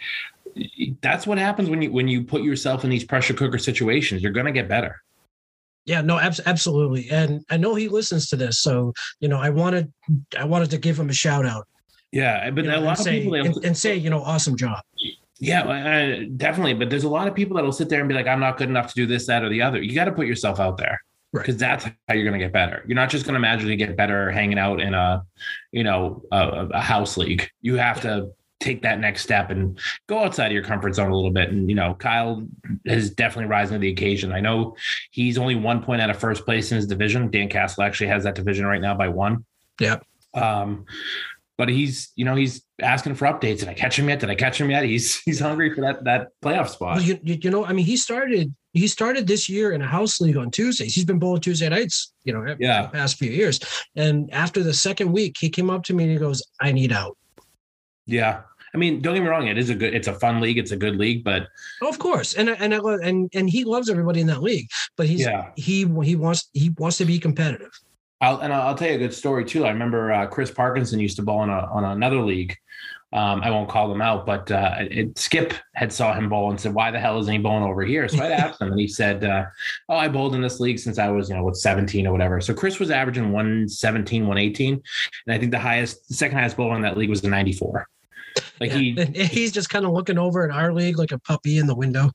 That's what happens when you, when you put yourself in these pressure cooker situations, you're going to get better. Yeah, no, abs- absolutely. And I know he listens to this, so you know, I wanted I wanted to give him a shout out. Yeah. But you a know, lot and of say, people, they- and, and say, you know, awesome job. Yeah, I- I- definitely. But there's a lot of people that'll sit there and be like, I'm not good enough to do this, that, or the other. You got to put yourself out there Right. because that's how you're going to get better. You're not just going to magically get better hanging out in a, you know, a, a house league. You have to take that next step and go outside of your comfort zone a little bit. And, you know, Kyle is definitely rising to the occasion. I know he's only one point out of first place in his division. Dan Castle actually has that division right now by one. Yeah. Um, but he's, you know, he's asking for updates. Did I catch him yet? Did I catch him yet? He's *laughs* he's hungry for that that playoff spot. Well, you, you you know, I mean, he started he started this year in a house league on Tuesdays. He's been bowling Tuesday nights, you know, the yeah. past few years. And after the second week, he came up to me and he goes, "I need out." Yeah. I mean, don't get me wrong, it is a good it's a fun league, it's a good league, but Oh, of course, and I- and I lo- and and he loves everybody in that league, but he's yeah. he he wants he wants to be competitive. I'll, and I'll I'll tell you a good story too. I remember uh, Chris Parkinson used to bowl on a, on another league. Um, I won't call them out, but uh, it, Skip had saw him bowl and said, "Why the hell isn't he bowling over *laughs* here?" So I asked him, and he said, uh, "Oh, I bowled in this league since I was, you know, what 17 or whatever." So Chris was averaging 117, 118, and I think the highest, the second highest bowler in that league was a 94. Like Yeah. he, and he's just kind of looking over at our league like a puppy in the window.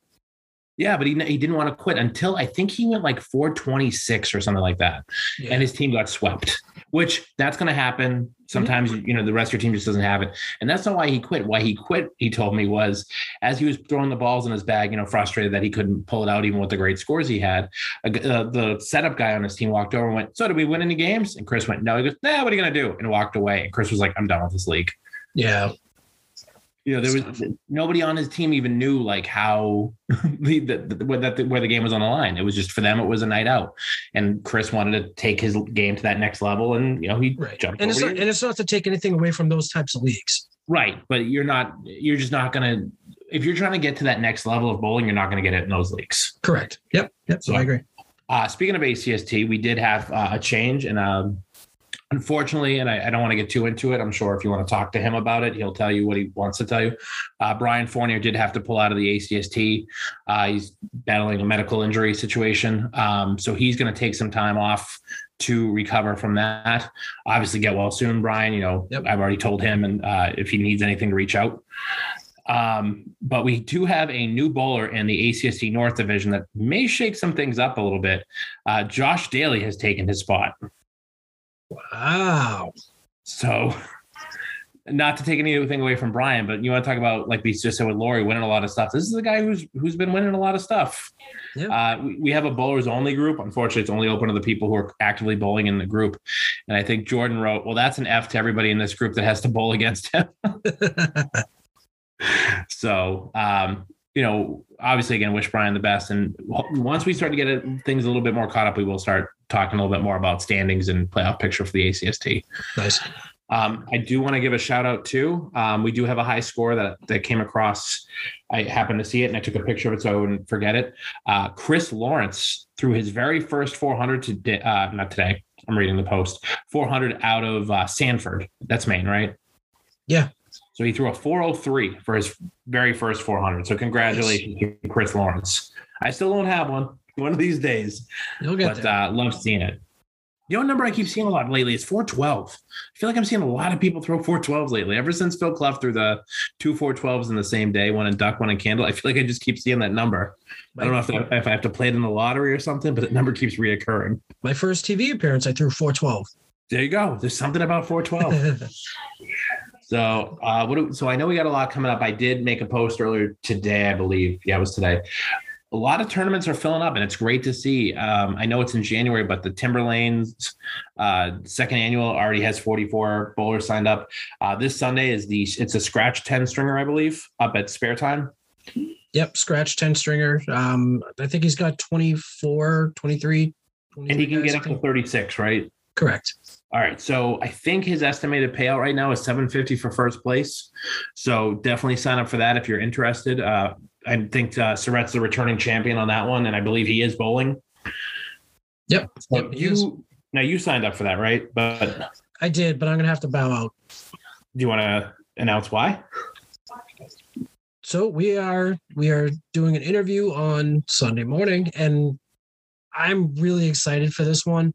yeah, but he he didn't want to quit until I think he went like 426 or something like that. Yeah. and his team got swept, which that's going to happen. Sometimes, you know, the rest of your team just doesn't have it. And that's not why he quit. Why he quit, he told me, was as he was throwing the balls in his bag, you know, frustrated that he couldn't pull it out even with the great scores he had. a g- Uh, the setup guy on his team walked over and went, So, did we win any games? And Chris went, No. He goes, Nah, what are you going to do? And walked away. And Chris was like, I'm done with this league. yeah. You know, there was nobody on his team even knew like how *laughs* the, the, the, where, that, where the game was on the line. It was just for them, it was a night out, and Chris wanted to take his game to that next level, and you know he right jumped. and it's over not you. and it's not to take anything away from those types of leagues right, but you're not. You're just not gonna. If you're trying to get to that next level of bowling, you're not gonna get it in those leagues. correct yep yep so i agree Uh, speaking of ACST, we did have uh, a change, and um, unfortunately, and I, I don't want to get too into it. I'm sure if you want to talk to him about it, he'll tell you what he wants to tell you. Uh, Brian Fournier did have to pull out of the ACST. Uh, he's battling a medical injury situation, um, so he's going to take some time off to recover from that. Obviously, get well soon, Brian. You know, Yep. I've already told him, and uh, if he needs anything, reach out. Um, but we do have a new bowler in the ACSC North Division that may shake some things up a little bit. Uh, Josh Daly has taken his spot. wow So, *laughs* not to take anything away from Brian, but you want to talk about like we just said with Lori winning a lot of stuff. This is a guy who's who's been winning a lot of stuff. Yeah. Uh, we, we have a bowlers only group. Unfortunately, it's only open to the people who are actively bowling in the group. And I think Jordan wrote, "Well, that's an F to everybody in this group that has to bowl *laughs* against him." so, um, you know, obviously, again, wish Brian the best. And w- once we start to get it, things a little bit more caught up, we will start talking a little bit more about standings and playoff picture for the ACST. nice Um, I do want to give a shout out too. Um, we do have a high score that that came across. I happened to see it and I took a picture of it so I wouldn't forget it. Uh, Chris Lawrence threw his very first 400 today. Uh, not today. I'm reading the post. 400 out of uh, Sanford. That's Maine, right? Yeah. So he threw a 403 for his very first 400. So congratulations, to Chris Lawrence. I still don't have one. One of these days you'll get but there uh, love seeing it. You know, a number I keep seeing a lot lately is 412. I feel like I'm seeing a lot of people throw 412s lately. Ever since Phil Clough threw the two 412s in the same day, one in duck, one in candle, I feel like I just keep seeing that number. I don't know if, that, if I have to play it in the lottery or something, but that number keeps reoccurring. My first TV appearance, I threw 412. There you go. There's something about 412. So, uh, what? Do, so I know we got a lot coming up. I did make a post earlier today, I believe. Yeah, it was today. A lot of tournaments are filling up, and it's great to see. Um, I know it's in January, but the Timberlanes uh, second annual already has 44 bowlers signed up. Uh, this Sunday is the it's a scratch 10 stringer, I believe, up at Spare Time. *laughs* Yep, scratch 10 stringer. Um, I think he's got 24, 23. And he can 23 guys, get I up to think. 36, right? Correct. All right. So I think his estimated payout right now is 750 for first place. So definitely sign up for that if you're interested. Uh, I think uh, Surratt's the returning champion on that one, and I believe he is bowling. Yep. So Yep, he is. you now you signed up for that, right? But do I did, but I'm going to have to bow out. you want to announce why? so we are we are doing an interview on sunday morning and i'm really excited for this one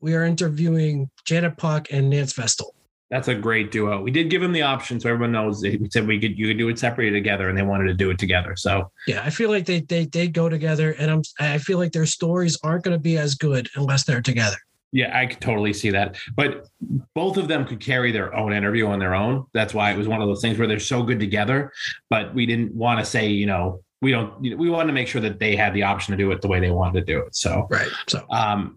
we are interviewing janet Pock and nance vestal That's a great duo. We did give him the option, so everyone knows. that We said we could you could do it separate or together, and they wanted to do it together. So yeah i feel like they they, they go together and i'm i feel like their stories aren't going to be as good unless they're together Yeah, I could totally see that. But both of them could carry their own interview on their own. That's why it was one of those things where they're so good together, but we didn't want to say, you know, we don't you know, we wanted to make sure that they had the option to do it the way they wanted to do it. So right so um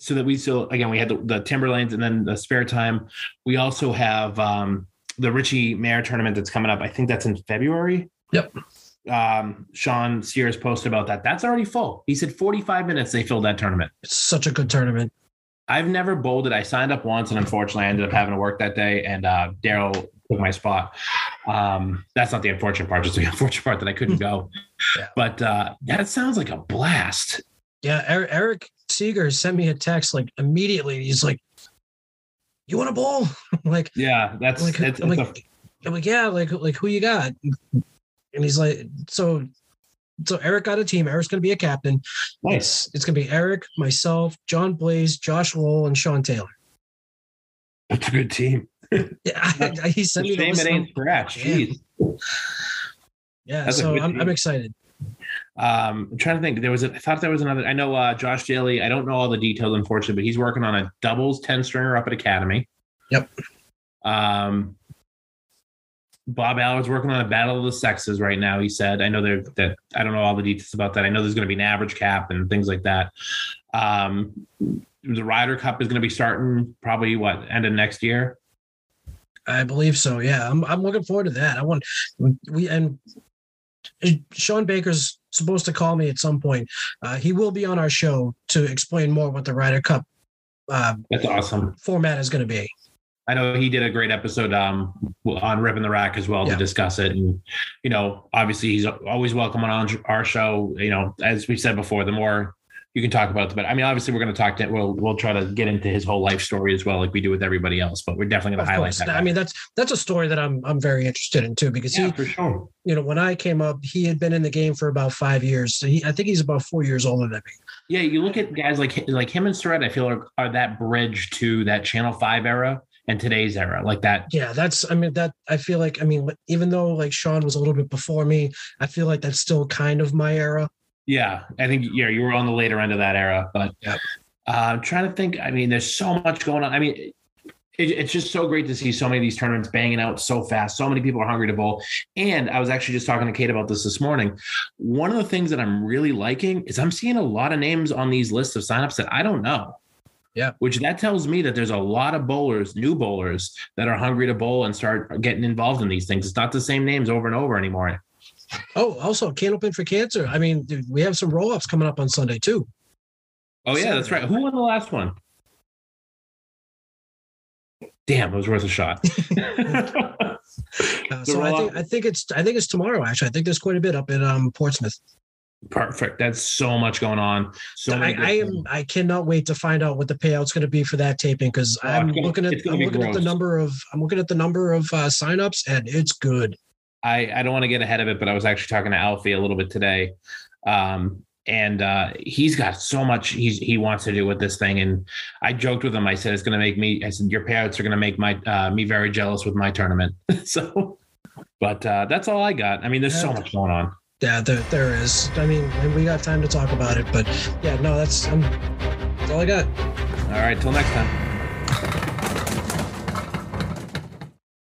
so that we still again we had the, the Timberlands and then the spare time. We also have um the Richie Mayer tournament that's coming up. I think that's in February. Yep. Um Sean Sears posted about that. That's already full. He said 45 minutes they filled that tournament. it's such a good tournament I've never bowled it. I signed up once, and unfortunately, I ended up having to work that day, and uh, Daryl took my spot. Um, that's not the unfortunate part; just the *laughs* unfortunate part that I couldn't go. *laughs* Yeah. But uh, that sounds like a blast. yeah eric, eric seeger sent me a text like immediately he's like you want a bowl *laughs* I'm like Yeah, that's like, it's, I'm it's like, I'm like, yeah, like, like who you got? And he's like, so, so Eric got a team. Eric's gonna be a captain. a nice. It's, it's gonna be Eric, myself, John Blaze, Josh Lowell, and Sean Taylor. *laughs* That's a good team. Yeah, I, I, *laughs* he sent me Shame the it list. ain't scratch. Jeez. Yeah, that's a so good I'm, I'm team. excited. Um, I'm trying to think. There was, a, I thought there was another. I know uh, Josh Daly. I don't know all the details, unfortunately, but he's working on a doubles ten stringer up at Academy. Yep. Um, Bob Allard's working on a battle of the sexes right now. He said, "I know there that I don't know all the details about that. I know there's going to be an average cap and things like that." Um, the Ryder Cup is going to be starting probably what end of next year. I believe so. Yeah, I'm, I'm looking forward to that. I want we and Sean Baker's supposed to call me at some point. Uh, he will be on our show to explain more what the Ryder Cup uh, That's awesome. format is going to be. I know he did a great episode um, on Ripping the Rack as well Yeah. to discuss it. And, you know, obviously he's always welcome on our show. You know, as we said before, the more you can talk about, the better. I mean, obviously we're going to talk to, we'll, we'll try to get into his whole life story as well, like we do with everybody else, but we're definitely going Of to highlight course. that. I mean, that's that's a story that I'm I'm very interested in too because yeah, he for sure. you know, when I came up, he had been in the game for about five years. So he, I think he's about four years older than me. Yeah. You look at guys like, like him and Surratt, I feel are, are that bridge to that channel five era and today's era, like that. Yeah, that's, I mean, that I feel like, I mean, even though like Sean was a little bit before me, I feel like that's still kind of my era. Yeah, I think yeah, you were on the later end of that era, but Yep. uh, I'm trying to think. I mean, there's so much going on. I mean, it, it's just so great to see so many of these tournaments banging out so fast. So many people are hungry to bowl. And I was actually just talking to Kate about this this morning. One of the things that I'm really liking is I'm seeing a lot of names on these lists of signups that I don't know. Yeah. Which that tells me that there's a lot of bowlers, new bowlers that are hungry to bowl and start getting involved in these things. It's not the same names over and over anymore. Oh, also, Can Open for Cancer. I mean, dude, we have some roll ups coming up on Sunday too. Oh yeah, that's right. Who won the last one? Damn, it was worth *laughs* a shot. Uh, The so I think, roll-up. I think it's, I think it's tomorrow, actually. I think there's quite a bit up in um, Portsmouth. Perfect. That's so much going on. So I, many good I am, things. I cannot wait to find out what the payout's going to be for that taping because Oh, I'm it's gonna- looking at, it's gonna I'm be looking at the gross. number of, I'm looking at the number of uh, signups and it's good. I, I don't want to get ahead of it, but I was actually talking to Alfie a little bit today. Um, and uh, he's got so much he's, he wants to do with this thing. And I joked with him. I said, "It's going to make me." I said, "Your parents are going to make my uh, me very jealous with my tournament." *laughs* so, but uh, that's all I got. I mean, there's so Yeah. much going on. Yeah, there, there is. I mean, and we got time to talk about it, but yeah, no, that's, um, that's all I got. All right, till next time.